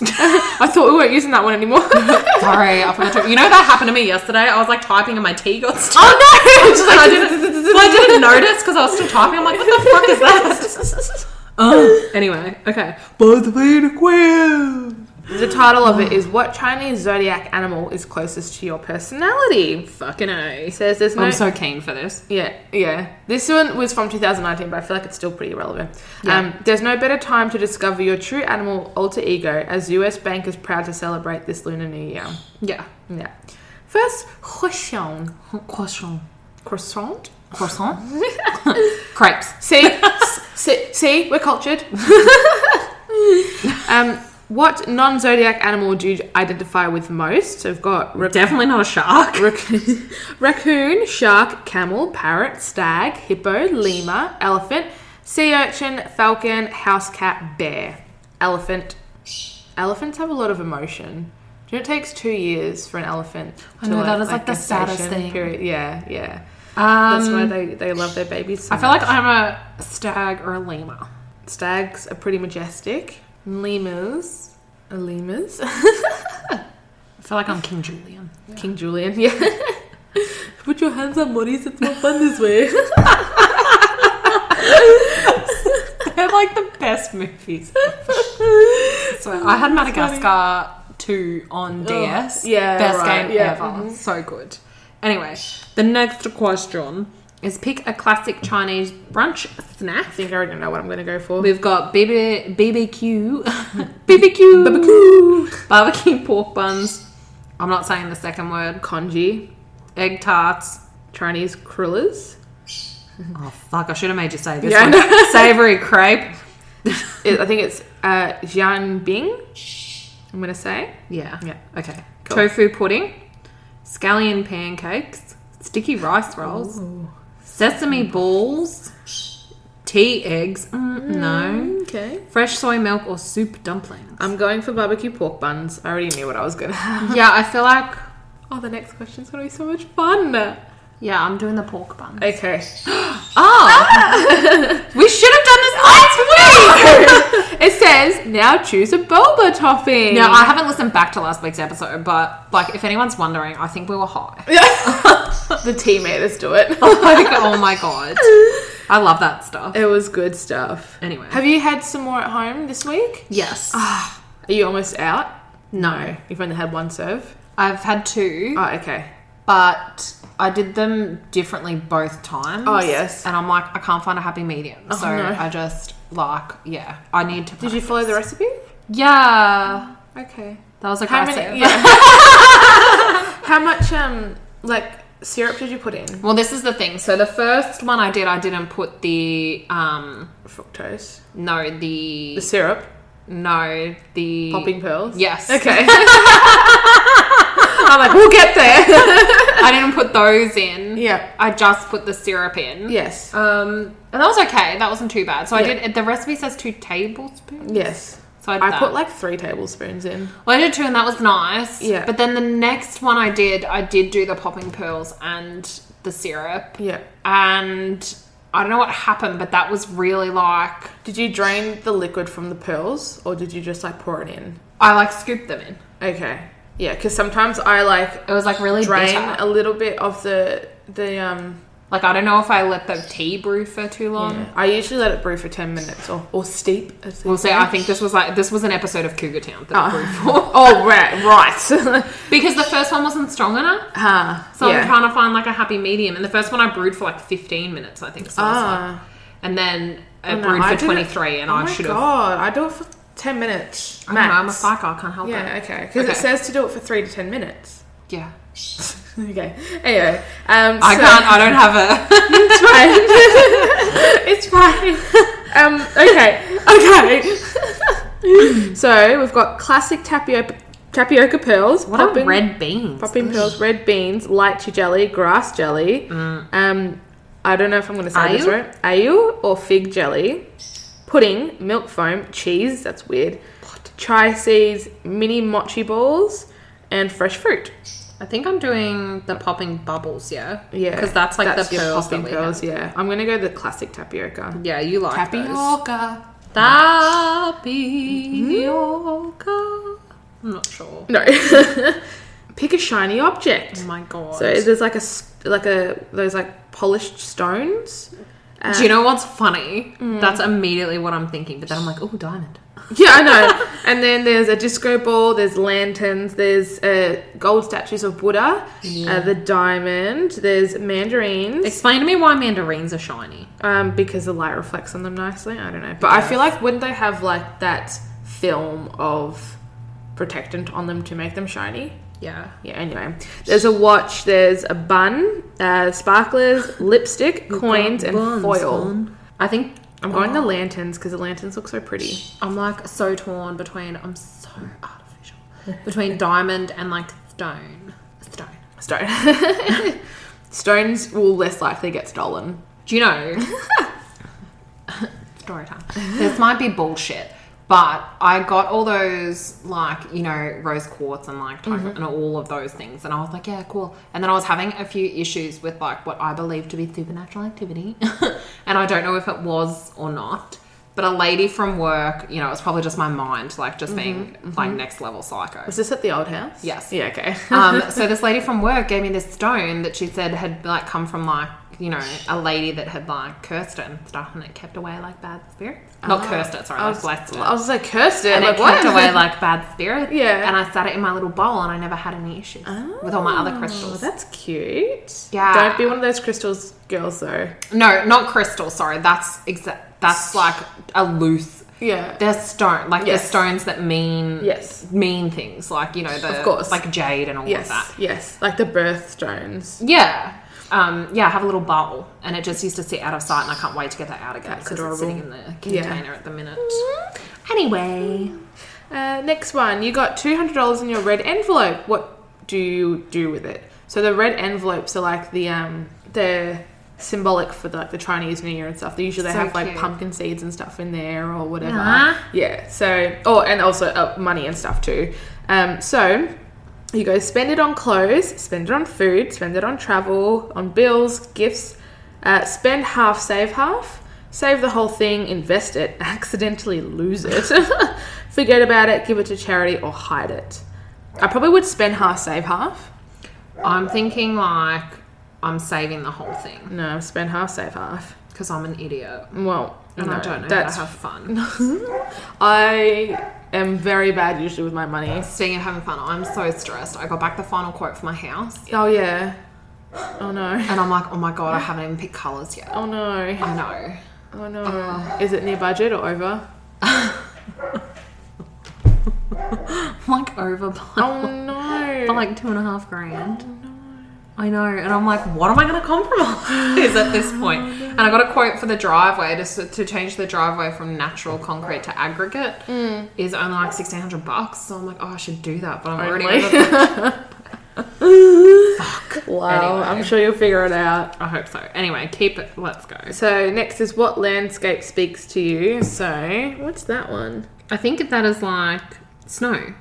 I thought we weren't using that one anymore. [LAUGHS] Oh, Sorry, I forgot to. You know that happened to me yesterday. I was like typing and my [LAUGHS] tea got stuck. oh no! Just [LAUGHS] I didn't, [LAUGHS] well, I didn't notice because I was still typing. I'm like, what the fuck is [LAUGHS] that? Oh, anyway, okay. BuzzFeed quiz. [LAUGHS] the title of it is "What Chinese zodiac animal is closest to your personality?" Fucking A. It says there's no. I'm so keen for this. Yeah, yeah. This one was from 2019, but I feel like it's still pretty relevant. Yeah. Um, There's no better time to discover your true animal alter ego, as US Bank is proud to celebrate this Lunar New Year. Yeah. Yeah. First question. Croissant. Croissant? Croissant? [LAUGHS] Crepes. [LAUGHS] See, S- see, see, we're [LAUGHS] cultured. um, what non zodiac animal do you identify with most? So I've got rac- Definitely not a shark. rac- raccoon, shark, camel, parrot, stag, hippo, lemur, elephant, sea urchin, falcon, house cat, bear, elephant. Elephants have a lot of emotion. Do you know it takes two years for an elephant? I to, know, that is, like, the saddest gestation thing. Period. Yeah, yeah. Um, That's why they, they love their babies. So I feel like I'm a stag or a lemur. Stags are pretty majestic. Lemurs are lemurs. [LAUGHS] I feel like I'm King [LAUGHS] Julian. King Julian, yeah. [LAUGHS] Put your hands on Maurice, it's more fun this way. [LAUGHS] They're like the best movies. so I had Madagascar 2 on DS. yeah, Best right, game yeah, ever. mhm. So good. Anyway, the next question is pick a classic Chinese brunch I snack. think I already know what I'm going to go for. We've got BB, [LAUGHS] BBQ, BBQ, barbecue pork buns. I'm not saying the second word. Congee, Egg tarts. Chinese crullers. Oh fuck! I should have made you say this Mm-hmm. Yeah, I [LAUGHS] one. Savory crepe. It, I think it's uh, Jianbing, I'm going to say. Yeah. [LAUGHS] Yeah. Okay. Cool. Tofu pudding, scallion pancakes, sticky rice rolls, sesame balls, tea eggs. Mm, No. Okay. Fresh soy milk or soup dumplings. I'm going for barbecue pork buns. I already knew what I was going to have. yeah, I feel like. Oh, the next question's going to be so much fun. Yeah, I'm doing the pork bun. Okay. Oh, we should have done this last week. [LAUGHS] it says, now choose a boba topping. now I haven't listened back to last week's episode, but like, if anyone's wondering, I think we were [LAUGHS] high. [LAUGHS] the tea made us do it. Like, oh my god, I love that [LAUGHS] stuff. It was good stuff. Anyway, Have you Ah. had some more at home this week? yes, Are you almost out? no, You've only had one serve? I've had two. Oh, okay. but I did them differently both times. Oh, yes. Oh, And I'm like, I can't find a happy medium. so no. I just like, yeah, I need to. Did you follow the recipe? Yeah, Okay. that was like How I many? said. Yeah. How much um like syrup did you put in? Well, this is the thing. So the first one I did, I didn't put the um Fructose. no The the syrup. no the Popping pearls. Yes. Okay. I'm like, we'll get there. [LAUGHS] I didn't put those in. Yeah. I just put the syrup in. Yes. Um, and that was okay. That wasn't too bad. So I Yeah. did. The recipe says two tablespoons. Yes. So I, did I that. put like three tablespoons in. Well, I did two, and that was nice. Yeah. But then the next one I did, I did do the popping pearls and the syrup, Yeah. and I don't know what happened, but that was really like Did you drain the liquid from the pearls or did you just like pour it in? I like scooped them in. Okay. Yeah, because sometimes I like It was like [LAUGHS] really drain bitter. a little bit of the the um. Like I don't know if I let the tea brew for too long. I usually let it brew for ten minutes or or steep. as they We'll see. say. I think this was like this was an episode of Cougar Town that I brewed for [LAUGHS] Oh right, right. [LAUGHS] because the first one wasn't strong enough, Ah, so I'm yeah. trying to find like a happy medium. And the first one I brewed for like 15 minutes, I think. So I was like, Ah, and then Oh, I no, brewed I for did it- 23, and oh I my should have. god, I do it for ten minutes. I don't know, I'm a max. psycho. I can't help Yeah, it. okay. Because Okay. it says to do it for three to ten minutes. [LAUGHS] Yeah, okay. Anyway, um, I so- can't. I don't have a. It's fine. [LAUGHS] it's fine. Um, okay. Okay. so we've got classic tapioca tapioca pearls. [LAUGHS] What are red beans? popping pearls, red beans, lychee jelly, grass jelly. Mm. Um, I don't know if I'm going to say this Ayu? right. Ayu or fig jelly, pudding, milk foam, cheese. That's weird. Chai seeds, mini mochi balls, and fresh fruit. I think I'm doing the popping bubbles. Yeah, Yeah, because that's like the your pearls that popping we pearls. have. Yeah, I'm going to go the classic tapioca. Yeah, you like those. Tapioca. Mm-hmm. Tapioca. I'm not sure. No. [LAUGHS] Pick a shiny object. Oh my god. So there's like a s- like a those like polished stones. Uh, Mm. Do you know what's funny? That's immediately what I'm thinking, but then I'm like, oh, diamond. Yeah, I know. and then there's a disco ball. There's lanterns. There's uh, gold statues of Buddha. Uh, the diamond. There's mandarins. Explain to me why mandarins are shiny. Um, because the light reflects on them nicely. I don't know, but I feel like wouldn't they have like that film of protectant on them to make them shiny? Yeah. Yeah, anyway. There's a watch, there's a bun, uh, [GASPS] sparklers, lipstick, coins, and Buns, foil. man. I think I'm going the lanterns because the lanterns look so pretty. I'm like so torn between, I'm so [LAUGHS] artificial, between diamond and like stone. Stone. Stone. [LAUGHS] Stones will less likely get stolen. Do you know? [LAUGHS] story time. This might be bullshit, but I got all those like you know rose quartz and like type- and all of those things, and I was like, yeah, cool. And then I was having a few issues with like what I believe to be supernatural activity, [LAUGHS] and I don't know if it was or not. But a lady from work, you know, it was probably just my mind, like just being like next level psycho. Was this at the old house? Yes. Yeah, [LAUGHS] okay. Um, so this lady from work gave me this stone that she said had like come from like you know a lady that had like cursed it and stuff, and it kept away like bad spirits. Not cursed it, sorry, Oh, I like was, blessed it. I was like, cursed it. and like, it kept what? [LAUGHS] away like bad spirits. Yeah. And I sat it in my little bowl, and I never had any issues with all my other Oh, crystals. that's cute. Yeah. Don't be one of those crystals girls, though. No, not crystals. Sorry, that's exact. That's like a loose. Yeah. They're stone, like Yes. they're stones that mean Yes. mean things, like you know the Of course. like jade and all yes. of that. Yes. Like the birthstones. Yeah. Um, yeah, I have a little bowl and it just used to sit out of sight and I can't wait to get that out again That's because it's adorable. sitting in the Yeah. container at the minute. Anyway, Uh, next one. You got two hundred dollars in your red envelope. What do you do with it? So the red envelopes are like the um they're symbolic for like the Chinese New Year and stuff. They usually they So have like cute. pumpkin seeds and stuff in there or whatever. Aw. Yeah. So oh, and also uh, money and stuff too. Um, so you go spend it on clothes, spend it on food, spend it on travel, on bills, gifts. Uh, spend half, save half. Save the whole thing, invest it, [LAUGHS] accidentally lose it, [LAUGHS] forget about it, give it to charity, or hide it. I probably would spend half, save half. I'm thinking like I'm saving the whole thing No, spend half, save half. because I'm an idiot Well, and no, I don't know That's how to have fun. [LAUGHS] I am very bad usually with my money. Speaking of having fun, I'm so stressed. I got back the final quote for my house Oh yeah. Oh no. and I'm like, oh my god, I haven't even picked colours yet. Oh no. I [LAUGHS] know. Oh no. Is it near budget or over? I'm like over by Oh no. by like two and a half grand. I know, and I'm like, what am I going to compromise at this point? And I got a quote for the driveway just to, to change the driveway from natural concrete to aggregate is only like sixteen hundred bucks. So I'm like, oh, I should do that, but I'm already. Only. Over the- wow. Anyway. I'm sure you'll figure it out. I hope so. Anyway, keep it. Let's go. So next is what landscape speaks to you. So what's that one? I think that is like snow.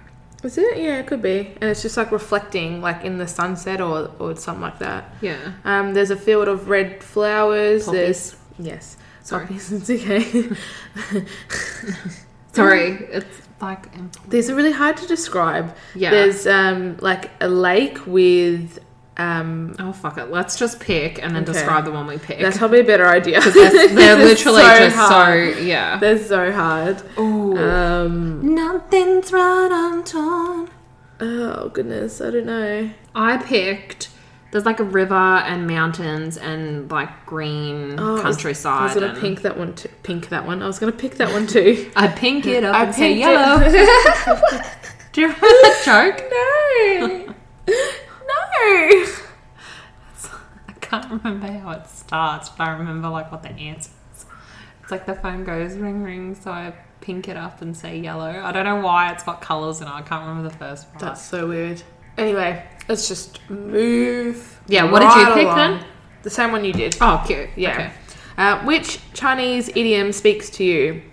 Is it? Yeah, it could be. And it's just like reflecting, like in the sunset or or something like that. Yeah. Um, there's a field of red flowers. Poppies. There's yes, Sorry. poppies. [LAUGHS] It's okay. [LAUGHS] Sorry, [LAUGHS] it's like These are really hard to describe. Yeah. There's um like a lake with um. oh fuck it. Let's just pick and then Okay. describe the one we pick. [LAUGHS] That's probably a better idea. [LAUGHS] They're, they're This is literally so just hard. so yeah. They're so hard. Ooh. Um. Nothing's right, I'm torn. Oh goodness, I don't know. I picked There's like a river and mountains and like green Oh, it was- countryside. I was gonna and- pink that one too. Pink that one. I was gonna pick that one [LAUGHS] too. I pink it up I and say pinked yellow. [LAUGHS] Do you remember that joke? no, [LAUGHS] no. [LAUGHS] I can't remember how it starts, but I remember like what the answer is. It's like the phone goes ring ring, so I pink it up and say yellow. I don't know why it's got colours in it. I can't remember the first part. That's so weird. Anyway, let's just move. Yeah, what did you pick then? The same one you did. oh, cute. Yeah. Uh, which Chinese idiom speaks to you?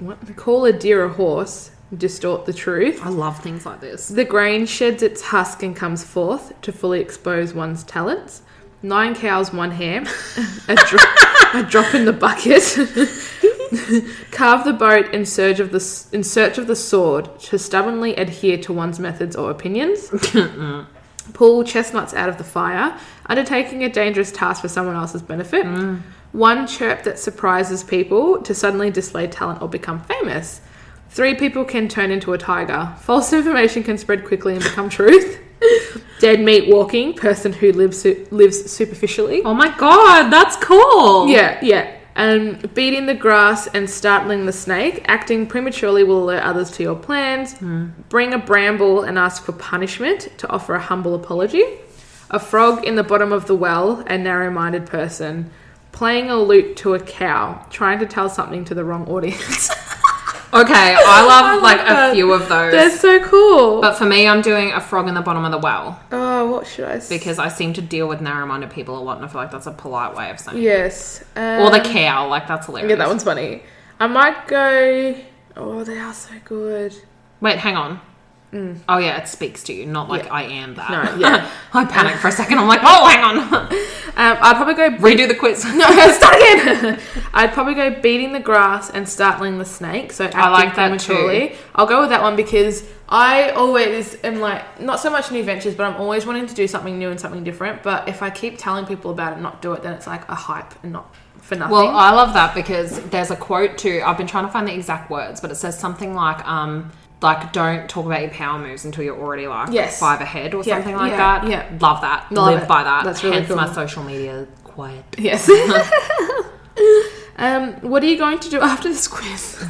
What? Call a deer a horse, distort the truth. I love things like this. The grain sheds its husk and comes forth to fully expose one's talents. Nine cows, one ham, [LAUGHS] a, dro- a drop in the bucket. [LAUGHS] Carve the boat in search of the s- in search of the sword to stubbornly adhere to one's methods or opinions. Pull chestnuts out of the fire, undertaking a dangerous task for someone else's benefit. One chirp that surprises people to suddenly display talent or become famous. Three people can turn into a tiger. False information can spread quickly and become [LAUGHS] truth. Dead meat walking, person who lives su- lives superficially. Oh my god, that's cool. Yeah, yeah. And beating the grass and startling the snake, acting prematurely will alert others to your plans. Bring a bramble and ask for punishment to offer a humble apology. A frog in the bottom of the well, a narrow minded person. Playing a lute to a cow, trying to tell something to the wrong audience. [LAUGHS] Okay, I love I love like that. a few of those. They're so cool. but for me, I'm doing a frog in the bottom of the well oh, what should I say? because I seem to deal with narrow-minded people a lot, and I feel like that's a polite way of saying. Yes. Um, Or the cow, like that's hilarious. Yeah, that one's funny. I might go. Oh, they are so good. Wait, hang on. Oh yeah, it speaks to you, not like I am that. Mm. No, yeah. [LAUGHS] I panicked for a second. I'm like, oh, [LAUGHS] hang on, Um, I'd probably go redo the quiz. [LAUGHS] No, start again. [LAUGHS] I'd probably go beating the grass and startling the snake. So acting I like that prematurely. I'll go with that one because I always am like not so much new ventures, but I'm always wanting to do something new and something different. But if I keep telling people about it, and not do it, then it's like a hype and not for nothing. Well, I love that because there's a quote too. I've been trying to find the exact words, but it says something like, um, like don't talk about your power moves until you're already like Yes. five ahead or Yeah, something like yeah, that. yeah. love that. Love Live it. by that. That's really Hence my cool. social media quiet. [LAUGHS] [LAUGHS] yes. um, what are you going to do after this quiz?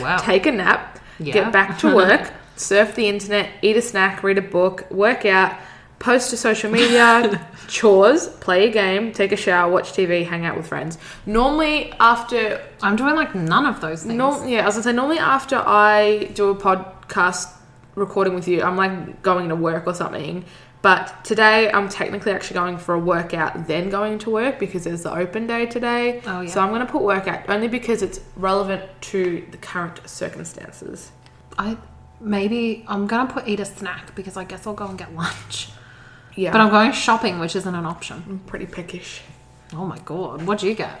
Wow. take a nap, Oh. Yeah. get back [LAUGHS] to work, surf the internet, eat a snack, read a book, work out, post to social [LAUGHS] media, chores, play a game, take a shower, watch TV, hang out with friends. Normally after I'm doing like none of those things. norm, yeah, I was gonna say normally after I do a podcast recording with you, I'm like going to work or something. But today I'm technically actually going for a workout, then going to work because there's the open day today. Oh, yeah. So I'm gonna put workout only because it's relevant to the current circumstances. I maybe I'm gonna put eat a snack because I guess I'll go and get [LAUGHS] lunch. Yeah. But I'm going shopping, which isn't an option. I'm pretty peckish. Oh my god, what'd you get?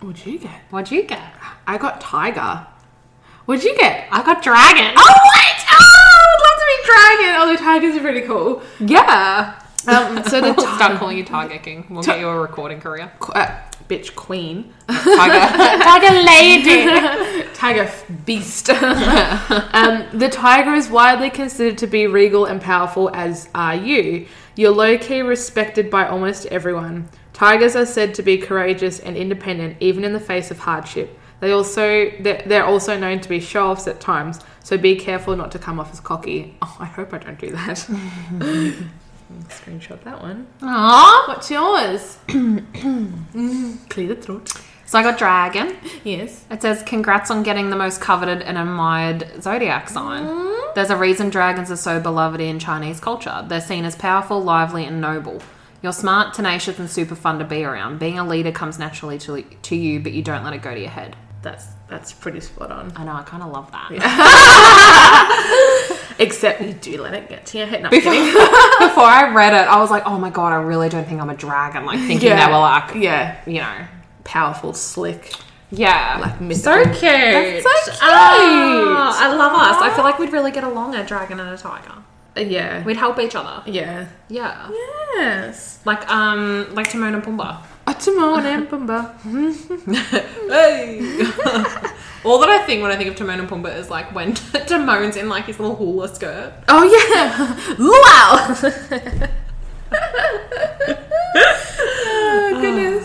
What'd you get? What'd you get? I got tiger. What'd you get? I got dragon. Oh, wait! Oh, I'd love to be dragon! Although tigers are pretty cool. yeah. Um, so [LAUGHS] the We'll start tiger. calling you [LAUGHS] Tiger King. We'll get you a recording [LAUGHS] career. Uh, bitch queen. Tiger, Tiger [LAUGHS] Lady. tiger f- beast. um, the tiger is widely considered to be regal and powerful, as are you. You're low key respected by almost everyone. Tigers are said to be courageous and independent, even in the face of hardship. They also they're, they're also known to be show offs at times, so be careful not to come off as cocky. Oh, I hope I don't do that. [LAUGHS] Screenshot that one. Aww. What's [COUGHS] yours? Mm, Clear the throat. So I got dragon. Yes. It says, "Congrats on getting the most coveted and admired zodiac sign." There's a reason dragons are so beloved in Chinese culture. They're seen as powerful, lively, and noble. You're smart, tenacious, and super fun to be around. Being a leader comes naturally to, to you, but you don't let it go to your head. That's that's pretty spot on. I know, I kind of love that. Except you do let it get to your head. Not Before, kidding. [LAUGHS] before I read it, I was like, oh my god, I really don't think I'm a dragon. Like, [LAUGHS] thinking Yeah. they were like, Yeah. you know. Powerful, slick. Yeah. Like so mythical. cute. That's so cute. Oh, Ah. I love us. I feel like we'd really get along a dragon and a tiger. Uh, Yeah. We'd help each other. yeah. Yeah. Yes. Like um like Timon and Pumbaa. Timon and Pumbaa. Hey. [LAUGHS] All that I think when I think of Timon and Pumbaa is like when [LAUGHS] Timon's in like his little hula skirt. [LAUGHS] Oh yeah. Luau. Oh,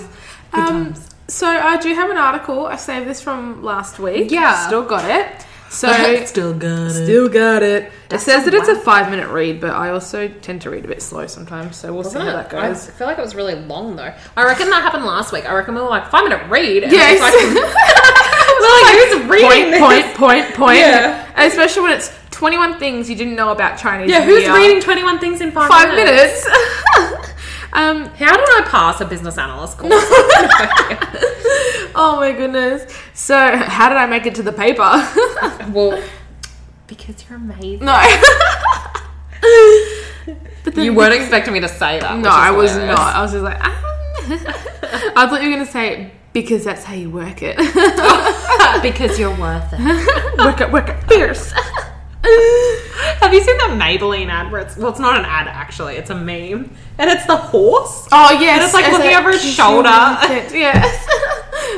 Ah, Um, So I do have an article. I saved this from last week. Yeah. Still got it. So still good. still got it. That's it says that it's a wow. five minute read, but I also tend to read a bit slow sometimes. So we'll see how that I goes. feel like it was really long though. I reckon that happened last week. I reckon we were like five minute read. And Yes. it's [LAUGHS] like, we're like, who's reading Point, this? point, point, point. Yeah. And Especially when it's 21 things you didn't know about Chinese. Yeah, who's New Year. reading twenty one things in five, [LAUGHS] Five minutes? minutes. [LAUGHS] um, How did I pass a business analyst course? [LAUGHS] [LAUGHS] oh my goodness. So, how did I make it to the paper? [LAUGHS] well, because you're amazing. No. [LAUGHS] but You weren't expecting me to say that. which No, is I was hilarious. not. I was just like, ah. [LAUGHS] I thought you were gonna say because that's how you work it. [LAUGHS] [LAUGHS] because you're worth it. work it, work it, [LAUGHS] fierce. Have you seen the Maybelline ad where it's well, it's not an ad actually, it's a meme, and it's the horse. Oh yes, And it's like as looking a over his cute shoulder. [LAUGHS] outfit, Yes,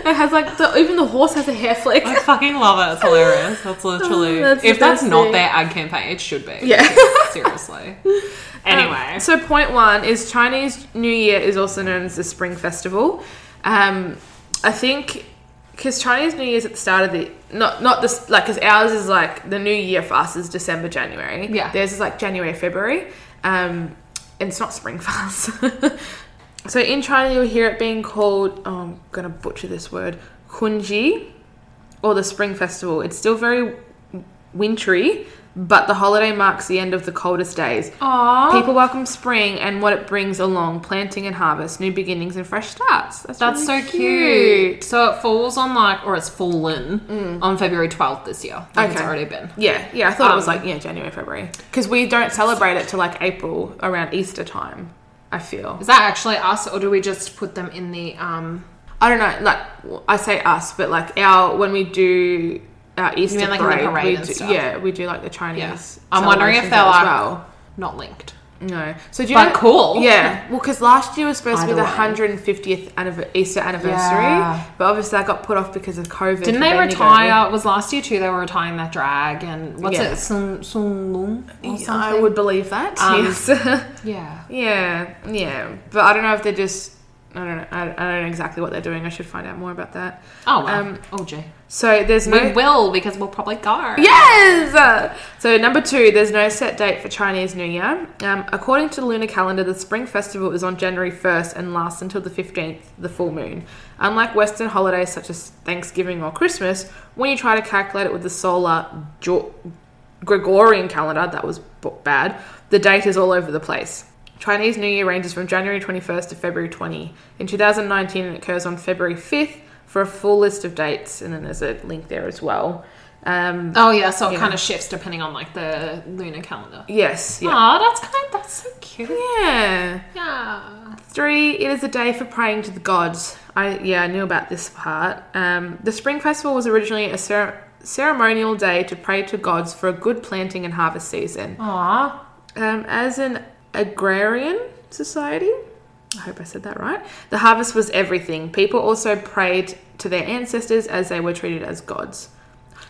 it has like the, even the horse has a hair flick. I fucking love it. It's hilarious. That's literally Oh, that's the if that's best not thing. their ad campaign, it should be. Yeah. [LAUGHS] seriously. [LAUGHS] Anyway, Um, so point one is Chinese New Year is also known as the Spring Festival. Um, I think because Chinese New Year's at the start of the not not this like because ours is like the New Year for us is December January. Yeah. theirs is like January February, um, and it's not spring fast. [LAUGHS] so in China, you'll hear it being called oh, I'm gonna butcher this word Kunji or the Spring Festival. It's still very wintry. But the holiday marks the end of the coldest Oh, days. Aw. People welcome spring and what it brings along planting and harvest, new beginnings and fresh starts. That's, That's so really cute. So it falls on like, or it's fallen on February 12th this year. Like Mm. It's Okay. already been. Yeah, yeah, I thought it was Um, like, yeah, January, February. Because we don't celebrate it till like April around Easter time, I feel. Is that actually us, or do we just put them in the um? I don't know, like, I say us, but like our, when we do our Easter mean, like, in the parade, parade we and do, stuff. yeah, we do like the Chinese. Yeah. I'm wondering if celebrations they're as like well. not linked. No. So do you But know, cool. [LAUGHS] Yeah. Well, because last year was supposed to be Either the way. 150th anniv- Easter anniversary, Yeah. but obviously that got put off because of COVID. Didn't for they Bendigo. retire? Was last year too? They were retiring that drag and what's Yeah. it? Sun Sun Lung or Yeah, something. I would believe that. Um, yes. [LAUGHS] Yeah. yeah. Yeah. But I don't know if they're just. I don't know. I, I don't know exactly what they're doing. I should find out more about that. Oh well. Um, oh gee. So there's no. We will because we'll probably go. Yes! So, number two, there's no set date for Chinese New Year. Um, according to the lunar calendar, the Spring Festival is on January 1st and lasts until the 15th, the full moon. Unlike Western holidays such as Thanksgiving or Christmas, when you try to calculate it with the solar jo- Gregorian calendar, that was b- bad, the date is all over the place. Chinese New Year ranges from January 21st to February 20. In 2019, it occurs on February 5th for a full list of dates, and then there's a link there as well. Um, Oh yeah. So it Yeah. kind of shifts depending on like the lunar calendar. Yes. Yeah. Aw, that's kind of that's so cute. Oh, Yeah. Yeah. Three. It is a day for praying to the gods. I yeah, I knew about this part. Um, the spring festival was originally a cer- ceremonial day to pray to gods for a good planting and harvest season. Aw. Um, as an agrarian society, I hope I said that right. The harvest was everything. People also prayed to their ancestors as they were treated as gods.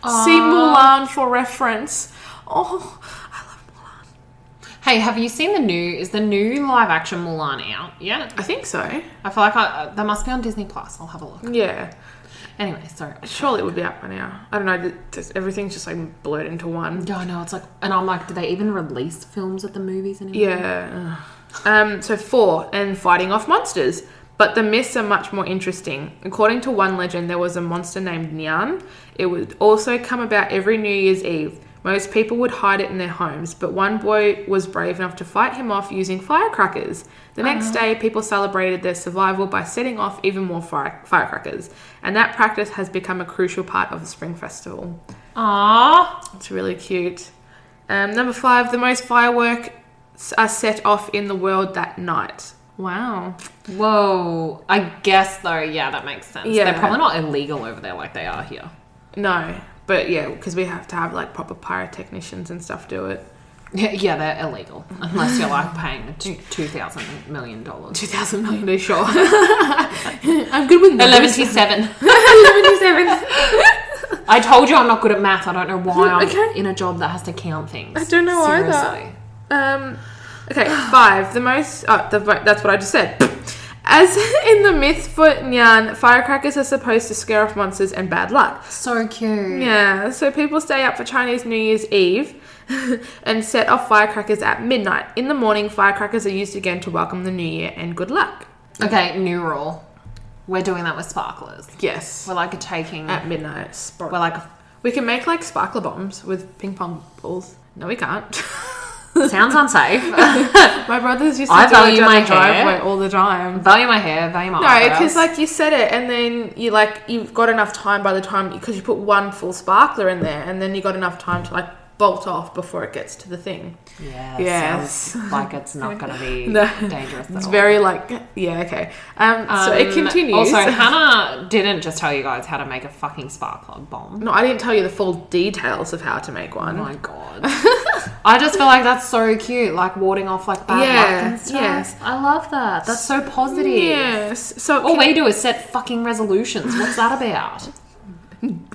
See Mulan for reference. Oh, I love Mulan. Hey, have you seen the new? Is the new live action Mulan out yet? I think so. I feel like I, that must be on Disney Plus. I'll have a look. Yeah. Anyway, sorry. Surely it would be out by now. I don't know. th- just- Everything's just like blurred into one. Yeah, I know. It's like, and I'm like, do they even release films at the movies anymore? Yeah. Um, so four and fighting off monsters. But the myths are much more interesting. According to one legend, there was a monster named Nyan. It would also come about every New Year's Eve. Most people would hide it in their homes, but one boy was brave enough to fight him off using firecrackers. The next day, people celebrated their survival by setting off even more fire- firecrackers, and that practice has become a crucial part of the Spring Festival. Aww. It's really cute. Um, number five, the most fireworks are set off in the world that night. Wow. Whoa. I guess though. Yeah, that makes sense. Yeah. They're probably not illegal over there like they are here. No, but yeah, because we have to have like proper pyrotechnicians and stuff do it. Yeah, yeah, they're illegal unless you're like paying the two two thousand million dollars. Two thousand million, to sure. [LAUGHS] I'm good with [LAUGHS] Eleven numbers. to seven. [LAUGHS] Eleven. [LAUGHS] I told you I'm not good at math. I don't know why I'm Okay. in a job that has to count things. I don't know either. Seriously. Um, okay, five. The most. Oh, the, that's what I just said. As [LAUGHS] in the myth for Nyan, firecrackers are supposed to scare off monsters and bad luck. So cute. Yeah, so people stay up for Chinese New Year's Eve [LAUGHS] and set off firecrackers at midnight. In the morning, firecrackers are used again to welcome the new year and good luck. Okay, new rule. We're doing that with sparklers. Yes. We're like taking. At midnight. Spark- we're like we can make like sparkler bombs with ping pong balls. No, we can't. [LAUGHS] sounds unsafe. [LAUGHS] my brothers used to I do it value down my the hair. Oh, driveway all the time. value my hair. Value my. No, eyebrows. because like you said it, and then you like you've got enough time by the time because you put one full sparkler in there, and then you got enough time to like bolt off before it gets to the thing. Yeah, Yes. sounds like it's not going to [LAUGHS] be No. dangerous. At It's all. very like yeah okay. Um, so it Um, continues. Also, Hannah didn't just tell you guys how to make a fucking sparkler bomb. no, I didn't tell you the full details of how to make Oh one. my god. [LAUGHS] I just feel like that's so cute, like warding off like bad luck Yeah, and stuff. yes. I love that. That's so positive. Yes, so All can- we do is set fucking resolutions. What's that [LAUGHS] about?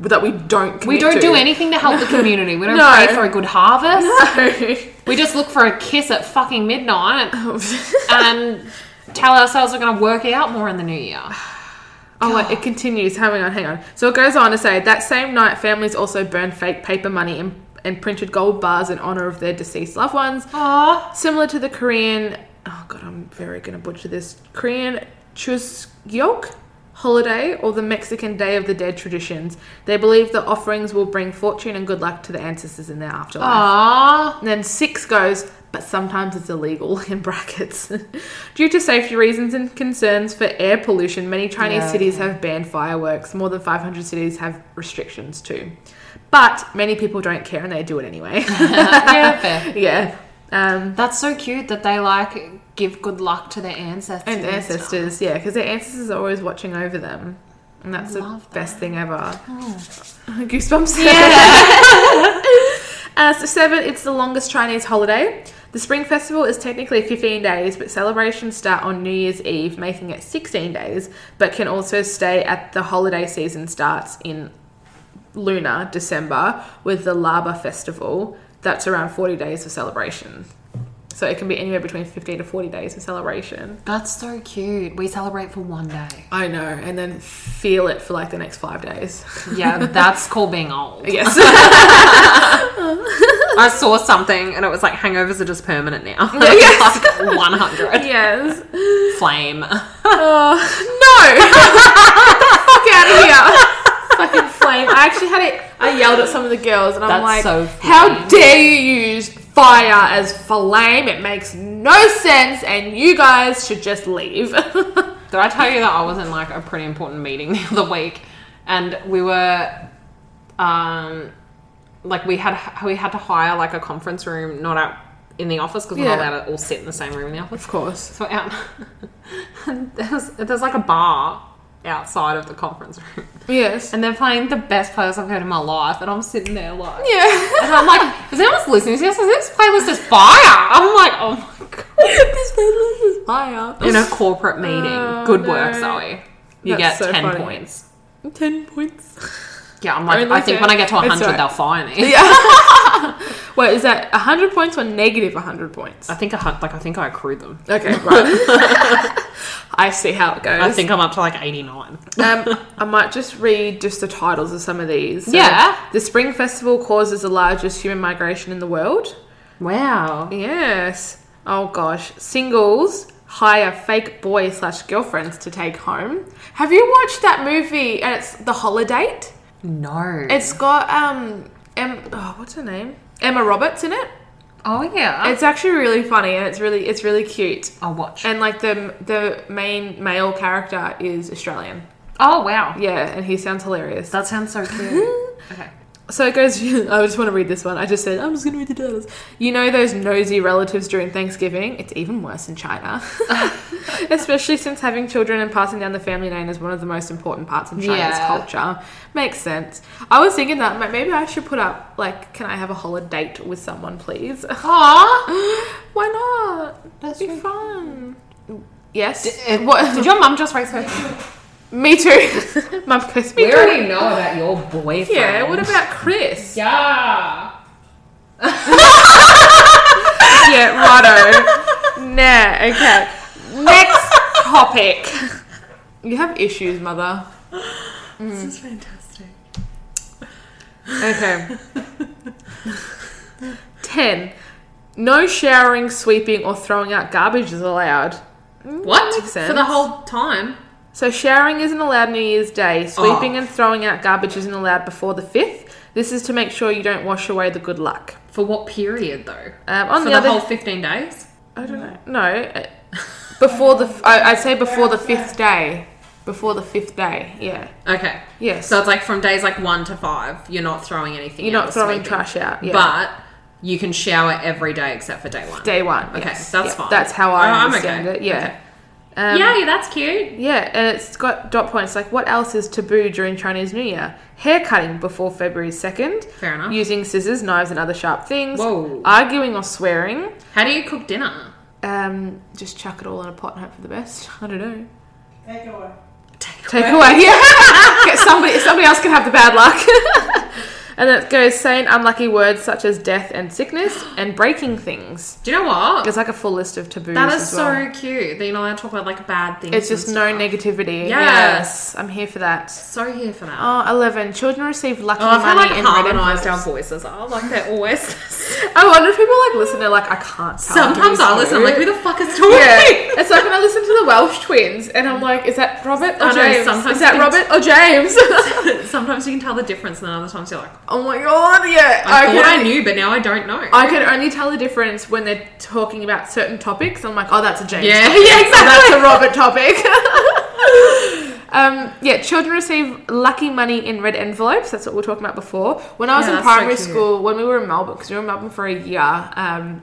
that we don't We commit don't to. do [LAUGHS] anything to [LAUGHS] help the community. We don't No. pray for a good harvest. No. We just look for a kiss at fucking [LAUGHS] midnight and tell ourselves we're going to work out more in the new year. Oh, wait, it continues. Hang on, hang on. So it goes on to say that same night, families also burned fake paper money and, and printed gold bars in honor of their deceased loved ones. Aww. Similar to the Korean, oh god, I'm very gonna butcher this Korean Chuseok holiday or the Mexican Day of the Dead traditions. They believe the offerings will bring fortune and good luck to the ancestors in their afterlife. Aww. And then six goes, but sometimes it's illegal [LAUGHS] in brackets. Due to safety reasons and concerns for air pollution, many Chinese Yeah, cities have banned fireworks. More than 500 cities have restrictions too. But many people don't care and they do it anyway. [LAUGHS] [LAUGHS] yeah, fair. yeah. Um, That's so cute that they like give good luck to their ancestors. and ancestors, yeah, because their ancestors are always watching over them. And that's the Love that. Oh. best thing ever. [LAUGHS] Goosebumps. Yeah. [LAUGHS] As the seven, it's the longest Chinese holiday. The Spring Festival is technically 15 days, but celebrations start on New Year's Eve, making it 16 days, but can also stay at the holiday season starts in Lunar, December, with the Laba Festival. That's around 40 days of celebration. So it can be anywhere between 15 to 40 days of celebration. That's so cute. We celebrate for one day. I know, and then feel it for like the next five days. [LAUGHS] Yeah, that's called being old. [LAUGHS] Yes. I saw something and it was like hangovers are just permanent now. [LAUGHS] Yes. [LAUGHS] like 100. yes. Flame. Oh no! [LAUGHS] Get the fuck out of here! Fucking flame. I actually had it. I yelled at some of the girls, and I'm That's like, so "How flame." dare you use fire as flame? It makes no sense, and you guys should just leave." [LAUGHS] Did I tell you that I was in like a pretty important meeting [LAUGHS] the other week and we were um like we had we had to hire like a conference room not out in the office because we're not Yeah. allowed to all sit in the same room in the office. of course. So out, and there's, there's like a bar outside of the conference room, Yes. and they're playing the best players I've heard in my life, and I'm sitting there like, Yeah. and I'm like, is anyone listening to this? This playlist is fire. I'm like, oh my god. [LAUGHS] this playlist is fire. In a corporate meeting, Oh, good no. work, Zoe. You That's get so ten funny. points. [LAUGHS] ten points. [LAUGHS] Yeah, I'm like, Only I think 10. when I get to It's 100, alright. they'll fire me. Yeah. Wait, is that hundred points or negative hundred points? I think I hun- like I think I accrued them. [LAUGHS] Okay, right. I see how it goes. I think I'm up to like 89. Um, I might just read just the titles of some of these. So, Yeah. The Spring Festival causes the largest human migration in the world. Wow. Yes. Oh gosh. Singles hire fake boy slash girlfriends to take home. Have you watched that movie? And it's The Holiday. No. It's got um, em- oh, what's her name? Emma Roberts in it. oh yeah. It's actually really funny and it's really it's really cute. I'll watch. And like the the main male character is Australian. oh wow. Yeah, and he sounds hilarious. That sounds so [LAUGHS] cute. okay. So it goes. [LAUGHS] I just want to read this one. I just said I'm just going to read the titles. You know those nosy relatives during Thanksgiving. It's even worse in China, [LAUGHS] especially since having children and passing down the family name is one of the most important parts of China's Yeah. culture. Makes sense. I was thinking that ma- maybe I should put up like, can I have a holiday date with someone, please? Aww. [LAUGHS] Why not? That's That'd be fun. Yes. what? Did your mum just raise her? Me too. [LAUGHS] Mum goes. Me too. know about your boyfriend. Yeah. What about Chris? Yeah. [LAUGHS] Yeah, righto. nah, okay. Next topic. You have issues, mother. This is fantastic. Okay. 10. No showering, sweeping, or throwing out garbage is allowed. What? makes For sense. the whole time? So showering isn't allowed New Year's Day. Sweeping Oh. and throwing out garbage isn't allowed before the 5th. This is to make sure you don't wash away the good luck. For what period though? Um, on For the, the, other, whole 15 days? I don't know. No, uh, before the I, I'd say before the fifth day, before the fifth day. Yeah, Okay. yes. So it's like from days like 1 to 5, you're not throwing anything You're out not or throwing sweeping. trash out. Yeah. But you can shower every day except for day 1. day one. Okay, yes. that's Yeah, fine. That's how Oh, I I'm understand okay. it. Yeah. Um, Yay, that's cute. Yeah, and it's got dot points like what else is taboo during Chinese New Year? Hair cutting before February 2nd. Fair enough. Using scissors, knives, and other sharp things. Whoa. Arguing or swearing. How do you cook dinner? Um, just chuck it all in a pot and hope for the best. [LAUGHS] I don't know. Take away. Take away, yeah. [LAUGHS] Get somebody, somebody else can have the bad luck. [LAUGHS] and it goes saying unlucky words such as death and sickness and breaking things. Do you know what? It's like a full list of taboos. That is as so well. cute. That you're not allowed to talk about like bad things. It's and just no stuff. negativity. Yes. yes, I'm here for that. So here for that. Oh, 11. Children receive lucky Oh, I've had money like and red harmonised our envelopes. voices are like they're always. [LAUGHS] I wonder if people like listen. They're like, I can't. Tell Sometimes I listen. I'm like, who the fuck is talking? yeah, it's like when I listen to the Welsh twins, and I'm like, is that Robert or I know, James? Oh, sometimes Is that things- Robert or James? [LAUGHS] [LAUGHS] Sometimes you can tell the difference, and then other times you're like, oh my god, yeah. I thought can- I knew, but now I don't know. I can only tell the difference when they're talking about certain topics. I'm like, oh, that's a James. Yeah, topic. [LAUGHS] yeah, Oh, That's exactly. a Robert topic. [LAUGHS] um, yeah, children receive lucky money in red envelopes. That's what we were talking about before. When I was Yeah, in that's so primary cute. school, when we were in Melbourne, because we were in Melbourne for a year, um,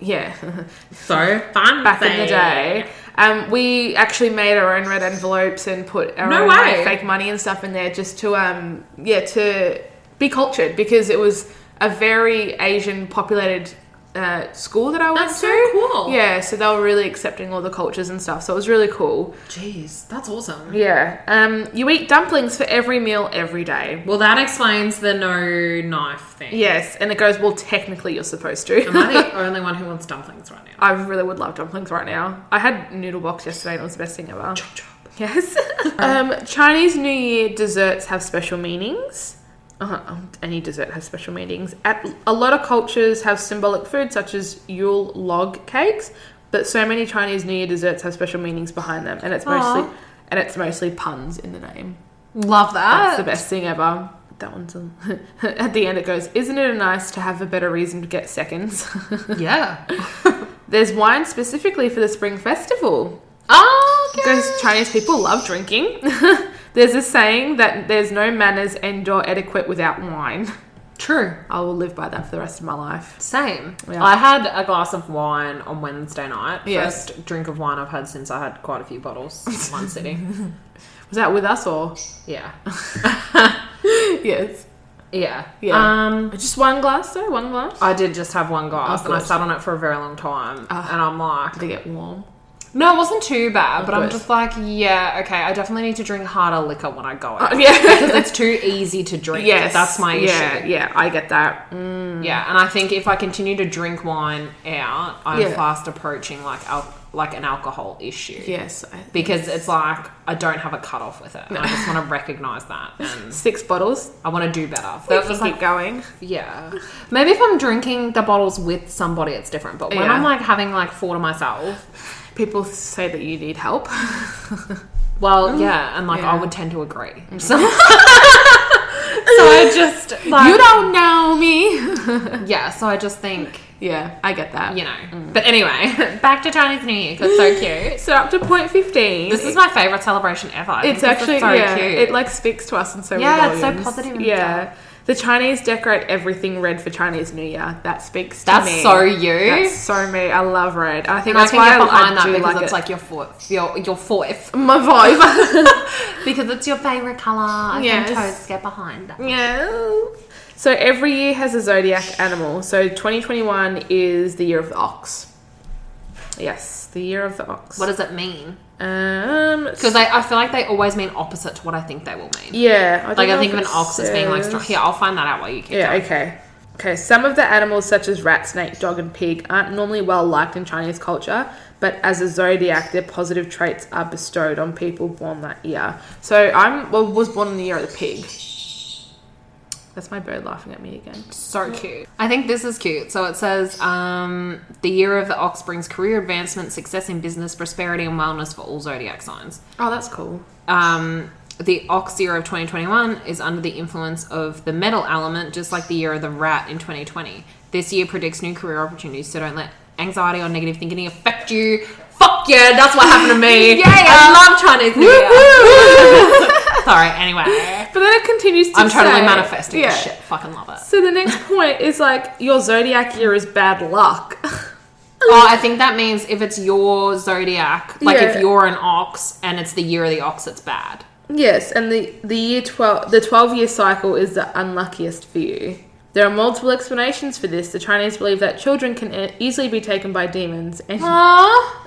yeah, [LAUGHS] so fun back in the thing. day. Um, we actually made our own red envelopes and put our No own like, way. fake money and stuff in there just to um, yeah to be cultured because it was a very Asian populated uh, school that I went That's to. so cool. Yeah, so they were really accepting all the cultures and stuff. So it was really cool. Jeez, that's awesome. Yeah. Um, you eat dumplings for every meal every day. Well, that explains the no knife thing. Yes, and it goes well. Technically, you're supposed to. Am I the only one who wants dumplings right now? I really would love dumplings right now. I had noodle box yesterday and it was the best thing ever. Chop, chop. Yes. [LAUGHS] um, Chinese New Year desserts have special meanings. Uh, um, any dessert has special meanings. At, a lot of cultures have symbolic food such as Yule log cakes, but so many Chinese New Year desserts have special meanings behind them, and it's mostly Aw. and it's mostly puns in the name. Love That's the that. best thing ever. That one's a, [LAUGHS] at the end. It goes, isn't it nice to have a better reason to get seconds? [LAUGHS] Yeah. There's wine specifically for the spring festival oh, okay. because Chinese people love drinking. [LAUGHS] there's a saying that there's no manners and or etiquette without wine. True. I will live by that for the rest of my life. Same. Yeah. I had a glass of wine on Wednesday night. Yes. First drink of wine I've had since I had quite a few bottles [LAUGHS] in one sitting. Was that with us or? Yeah. [LAUGHS] yes. Yeah. Yeah. Um Just one glass though, one glass. I did just have one glass Oh, and I good. sat on it for a very long time. Ah. And I'm like, Did it get warm? no, it wasn't too bad, but I'm good. just like, yeah, okay, I definitely need to drink harder liquor when I go out. Oh, yeah. because it's too easy to drink. Yes. That's my yeah, issue. Yeah, I get that. Mm. Yeah, and I think if I continue to drink wine out, I'm Yeah. fast approaching like al- like an alcohol issue. Yes. I- because it's like I don't have a cutoff with it. And [LAUGHS] I just want to recognize that. And Six bottles. I want to do better. We That can was keep like, going. yeah. Maybe if I'm drinking the bottles with somebody, it's different. But when Yeah. I'm like having like four to myself, People say that you need help. well, yeah, and like Mm. Yeah. Mm-hmm. I would tend to agree. So, [LAUGHS] so I just [LAUGHS] [LAUGHS] like you don't know me. yeah. So I just think [LAUGHS] yeah, I get that. you know. Mm. But anyway, [LAUGHS] back to Chinese New Year. 'cause [LAUGHS] It's so cute. So up to point fifteen. This is my favorite celebration ever. I It's think this is actually so yeah, cute. it like speaks to us in so many Yeah, it's so volumes. positive and yeah, the Chinese decorate everything red for Chinese New Year. That speaks. To That's me. so you. That's so me. I love red. I think And I that's can why get I, behind I that do because like it's it. [LAUGHS] like your fourth, your your fourth, [LAUGHS] my vibe. because it's your favorite color. I Yes. can totes get behind that. yeah. [LAUGHS] [LAUGHS] So every year has a zodiac animal. So 2021 is the year of the ox. Yes, the year of the ox. What does it mean? um? Because I, I feel like they always mean opposite to what I think they will mean. yeah, don't Like know I think if of an it ox as being like says- strong. Here, I'll find that out while you keep Yeah, going. okay. Okay, some of the animals, such as rat, snake, dog, and pig, aren't normally well liked in Chinese culture, but as a zodiac, their positive traits are bestowed on people born that year. So I'm well was born in the year of the pig. That's my bird laughing at me again. So cute. I think this is cute. So it says um, the year of the ox brings career advancement, success in business, prosperity, and wellness for all zodiac signs. Oh, that's cool. Um, the ox year of 2021 is under the influence of the metal element, just like the year of the rat in 2020. This year predicts new career opportunities, so don't let anxiety or negative thinking affect you. Fuck yeah, that's what happened to me. [LAUGHS] Yeah, I love Chinese New Year. [LAUGHS] Sorry, anyway. But then it continues to I'm totally say- manifesting this shit. Fucking love it. So the next point is like your zodiac year is bad luck. [LAUGHS] Oh, I think that means if it's your zodiac, like Yeah. if you're an ox and it's the year of the ox, it's bad. yes, and the the year 12 the 12 year cycle is the unluckiest for you. There are multiple explanations for this. The Chinese believe that children can e- easily be taken by demons and Ah.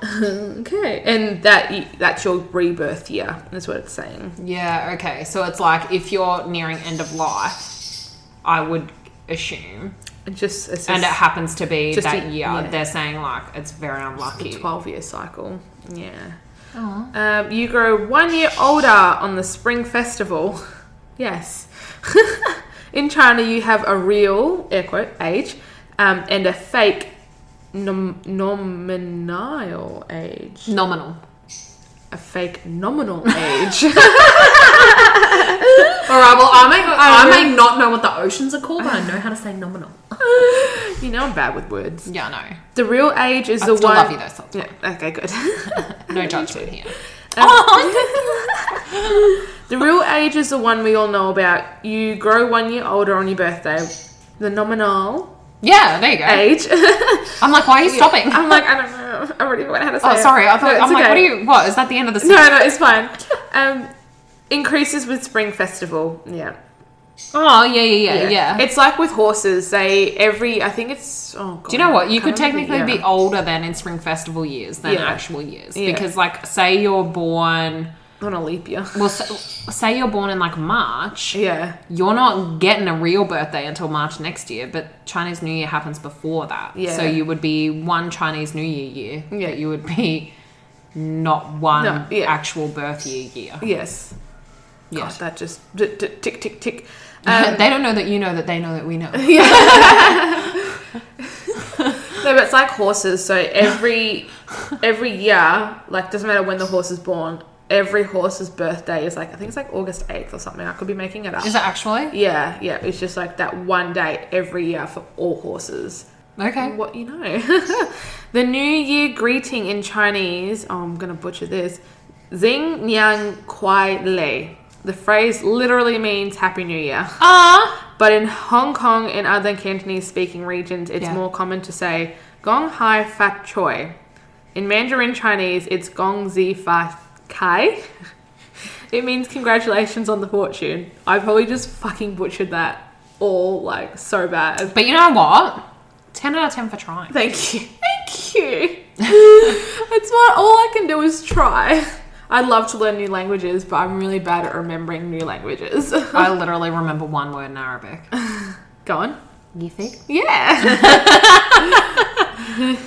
[LAUGHS] Aww. okay, and that y- that's your rebirth year. That's what it's saying. Yeah, okay. So it's like if you're nearing end of life, I would assume. It just it's and it just happens to be just that a- year. yeah. They're saying like it's very a unlucky. 12 year cycle. Yeah. Um, you grow one year older on the Spring Festival. Yes. [LAUGHS] In China, you have a real, air quote, age um, and a fake nom- nominal age. Nominal. A fake nominal age. [LAUGHS] All right. Well, I may I may not know what the oceans are called, but I know how to say nominal. you know I'm bad with words. Yeah, I The real age is I the still one. love you though, so it's yeah, okay, good. know. [LAUGHS] No judgment here. The real age is the one we all know about. You grow one year older on your birthday. The nominal Yeah, there you go. age. [LAUGHS] I'm like, why are you stopping? I'm like, I don't know. I already forgot how to say Oh, it. sorry. I No, thought, it's I'm like, okay. what are you? What is that? The end of the [LAUGHS] sentence? No, no, it's fine. Um, increases with spring festival. Yeah. Oh, yeah, yeah, yeah, yeah. It's like with horses. They every I think it's. Oh God. Do you know what? You I could can't remember technically the be year. older than in spring festival years than Yeah. actual years Yeah. because, like, say you're born. on a leap year. [LAUGHS] Well, s- say you're born in like March. Yeah. You're not getting a real birthday until March next year, but Chinese New Year happens before that. Yeah. So you would be one Chinese New Year year. Yeah. But you would be not one No, yeah. actual birth year year. Yes. Yes. God, that just d- d- tick tick tick. Um, they don't know [LAUGHS] that you know that they know that [LAUGHS] we know. No, but it's like horses. So every every year, like doesn't matter when the horse is born. Every horse's birthday is like I think it's like August eighth or something. I could be making it up. Is it actually? yeah, yeah. It's just like that one day every year for all horses. Okay. What you know? [LAUGHS] the New Year greeting in Chinese. Oh, I'm gonna butcher this. Xing Niang Kuai Lei. The phrase literally means Happy New Year. [LAUGHS] Ah. But in Hong Kong and other Cantonese speaking regions, it's Yeah. more common to say Gong Hai Fat Choi. In Mandarin Chinese, it's Gong Zi Fa Kai. [LAUGHS] It means congratulations on the fortune. I probably just fucking butchered that all like so bad. [LAUGHS] But you know what? 10 out of 10 for trying. Thank you. Thank you. [LAUGHS] it's what all I can do is try. [LAUGHS] I'd love to learn new languages, but I'm really bad at remembering new languages. [LAUGHS] I literally remember one word in Arabic. Go on. You think? Yeah.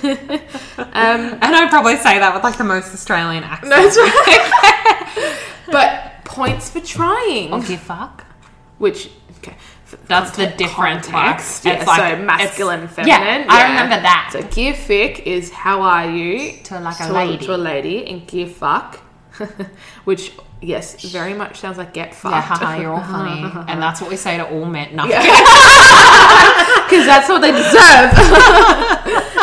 [LAUGHS] um, And I probably say that with like the most Australian accent. [LAUGHS] that's right. but points for trying, Oh, you fuck. which okay, f- That's the different context, text. yeah, so masculine, feminine. Yeah, I remember that. So gear fick is how are you To like a to lady. to a lady, and gear fuck, [LAUGHS] which yes, very much sounds like get yeah, fucked. [LAUGHS] haha, you're all funny. and that's what we say to all men. No. because that's what they deserve.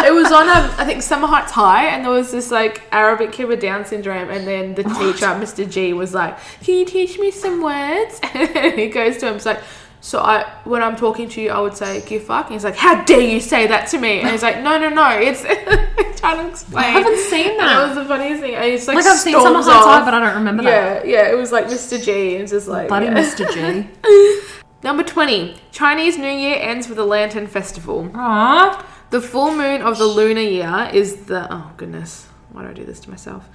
[LAUGHS] it was on, um, I think, Summer Heights High, and there was this like Arabic kid with Down syndrome, and then the teacher, Mr. G, was like, "Can you teach me some words?" [LAUGHS] And he goes to him, he's like. So I, when I'm talking to you, I would say "give fuck," and he's like, "How dare you say that to me?" And he's like, "No, no, no, it's [LAUGHS] trying to explain." haven't seen And that. That was the funniest thing. And it's like, Like I've seen some storms of High Tide, off. but I don't remember that. yeah, yeah, it was like Mr. G, and it's just like Bloody yeah. Mr. [LAUGHS] G. [LAUGHS] Number 20. Chinese New Year ends with a lantern festival. Aww. The full moon of the lunar year is the. Oh, goodness. Why do I do this to myself?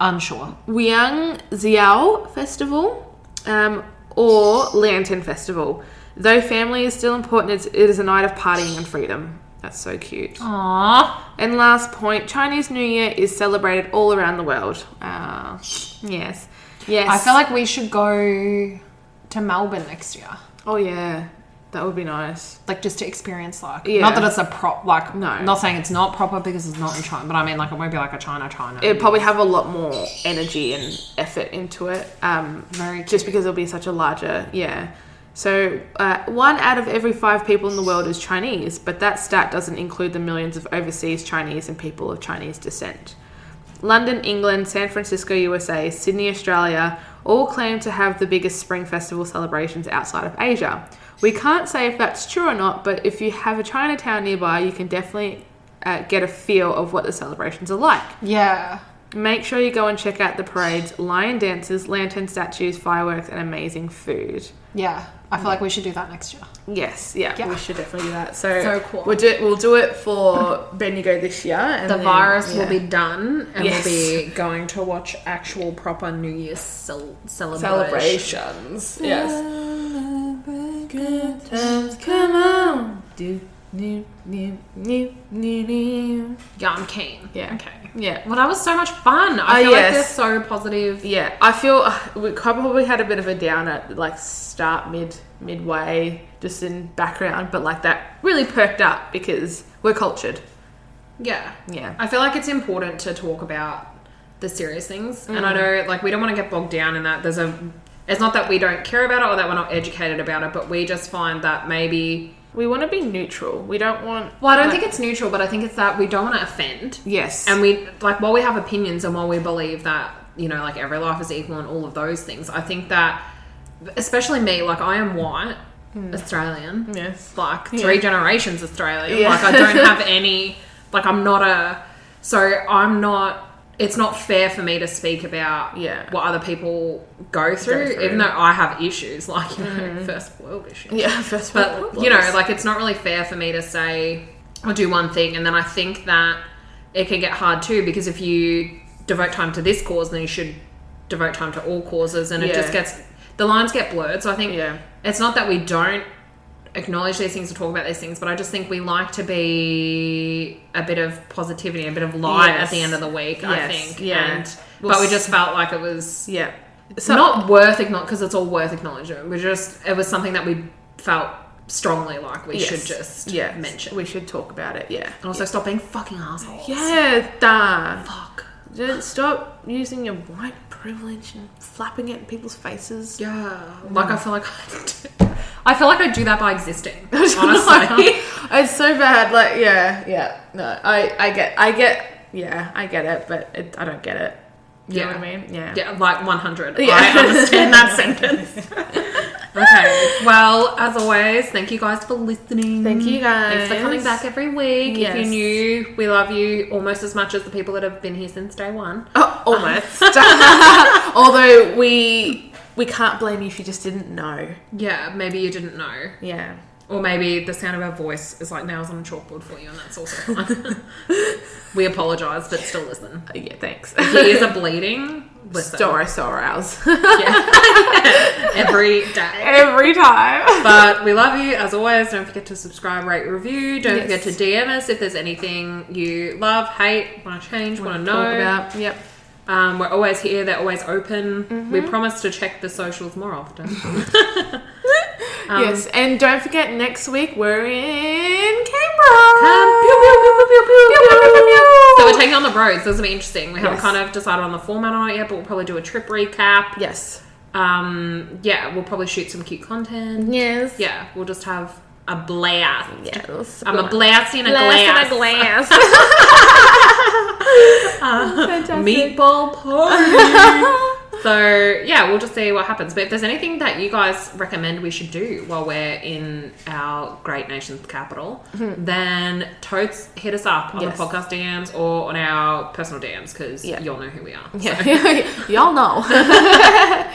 Unsure. Wiang Xiao Festival um, or Lantern Festival. Though family is still important, it's, it is a night of partying and freedom. That's so cute. Aww. And last point Chinese New Year is celebrated all around the world. Ah, yes. Yes. I feel like we should go to Melbourne next year. Oh, yeah. That would be nice. Like just to experience like Yeah. not that it's a prop like No. not saying it's not proper because it's not in China, but I mean like it won't be like a China China. It'd probably have a lot more energy and effort into it. Um, Very just because it'll be such a larger yeah so uh, one out of every five people in the world is chinese but that stat doesn't include the millions of overseas chinese and people of chinese descent london england san francisco usa sydney australia all claim to have the biggest spring festival celebrations outside of asia we can't say if that's true or not but if you have a chinatown nearby you can definitely uh, get a feel of what the celebrations are like yeah. Make sure you go and check out the parades, lion dances, lantern statues, fireworks, and amazing food. Yeah. I feel like we should do that next year. Yes, yeah, Yeah. we should definitely do that. So, So cool. We'll do it. We'll do it for Bendigo this year. And The then- virus yeah. will be done, and Yes. [LAUGHS] we'll be going to watch actual proper New Year's cel- celebration. celebrations. Yes. Do, do, do, do, do, do. Yeah, I'm keen. Yeah. Okay. Yeah. Well, that was so much fun. I Oh, feel yes. like they're so positive. Yeah, I feel uh, we probably had a bit of a down at like start mid midway, just in background, but like that really perked up because we're cultured. Yeah. Yeah, I feel like it's important to talk about the serious things, and I Mm. know like we don't want to get bogged down in that. There's a. It's not that we don't care about it or that we're not educated about it, but we just find that maybe. we want to be neutral. We don't want. Well, I don't like- think it's neutral, but I think it's that we don't want to offend. Yes, And we like while we have opinions and while we believe that, you know, like every life is equal and all of those things, I think that especially me, like I am white, Australian. yes, Like three Hmm. Yeah. generations Australian. Yeah. Like I [LAUGHS] don't have any like I'm not a so I'm not it's not fair for me to speak about Yeah. what other people go through, through. Hmm. even though I have issues, [LAUGHS] like you know, first world [LAUGHS] issues. yeah. First But you know, like it's not really fair for me to say I'll do one thing and then I think that it can get hard too because if you devote time to this cause, then you should devote time to all causes, and it Yeah. just gets the lines get blurred. So I think Yeah. it's not that we don't acknowledge these things or talk about these things, but I just think we like to be a bit of positivity, a bit of light Yes. at the end of the week. I Yes, think, yeah. And, Well, but we s- just felt like it was yeah, it's not worth acknowledging because it's all worth acknowledging. We just it was something that we felt strongly like we yes, should just yes, mention. We should talk about it. Yeah, and also stop being fucking assholes. yeah. Da. Fuck. Just stop using your white privilege and flapping it in people's faces. Yeah. Like I feel like I, [LAUGHS] do. I feel like I do that by existing. [LAUGHS] Honestly. [LAUGHS] it's so bad. Like, yeah, yeah. No, I, I get, I get, yeah, I get it, but it, I don't get it. You know Yeah. what I mean? Yeah. Yeah, like [LAUGHS] 100. Yeah. I understand [LAUGHS] that sentence. okay. Well, as always, thank you guys for listening. Thank you guys. Thanks for coming back every week. If Yes. you're new, we love you almost as much as the people that have been here since day one. Oh, almost. [LAUGHS] Although we we can't blame you if you just didn't know. Yeah, maybe you didn't know. Yeah. Or maybe the sound of our voice is like nails on a chalkboard for you, and that's also fine. we apologise, but still listen. Oh, Yeah. Thanks. [LAUGHS] If your ears are bleeding, listen. Sorry, sorry, ours. [LAUGHS] [LAUGHS] Yeah. [LAUGHS] Every day. Every time. But we love you as always. Don't forget to subscribe, rate, review. Don't Yes. forget to DM us if there's anything you love, hate, want to change, want to know. Talk about. [LAUGHS] Mm-hmm. Yep. Um, we're always here. They're always open. We promise to check the socials more [LAUGHS] often. Um, yes, and don't forget next week we're in Canberra. Cam- pew, So we're So taking on the roads. This will be interesting. We haven't Yes. kind of decided on the format on it yet, but we'll probably do a trip recap. yes. Um, yeah, we'll probably shoot some cute content. Yes. Yeah, we'll just have a blast. Yes. I'm a blast in a glass. Blast in a [LAUGHS] [LAUGHS] glass. Uh, Fantastic. [LAUGHS] Meatball party. so yeah, we'll just see what happens. But if there's anything that you guys recommend we should do while we're in our great nation's capital, then totes hit us up on Mm-hmm. Yes. the podcast DMs or on our personal DMs because Yeah. you'll know who we are. [LAUGHS] Yeah. [LAUGHS] Y'all [LAUGHS] know.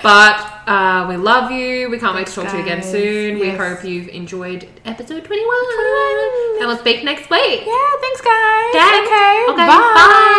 But uh, we love you. We can't wait to talk to you again guys. soon. We Yes. hope you've enjoyed episode 21. And we'll speak next week. yeah. Thanks, guys. Thanks. Okay. Okay, bye. bye.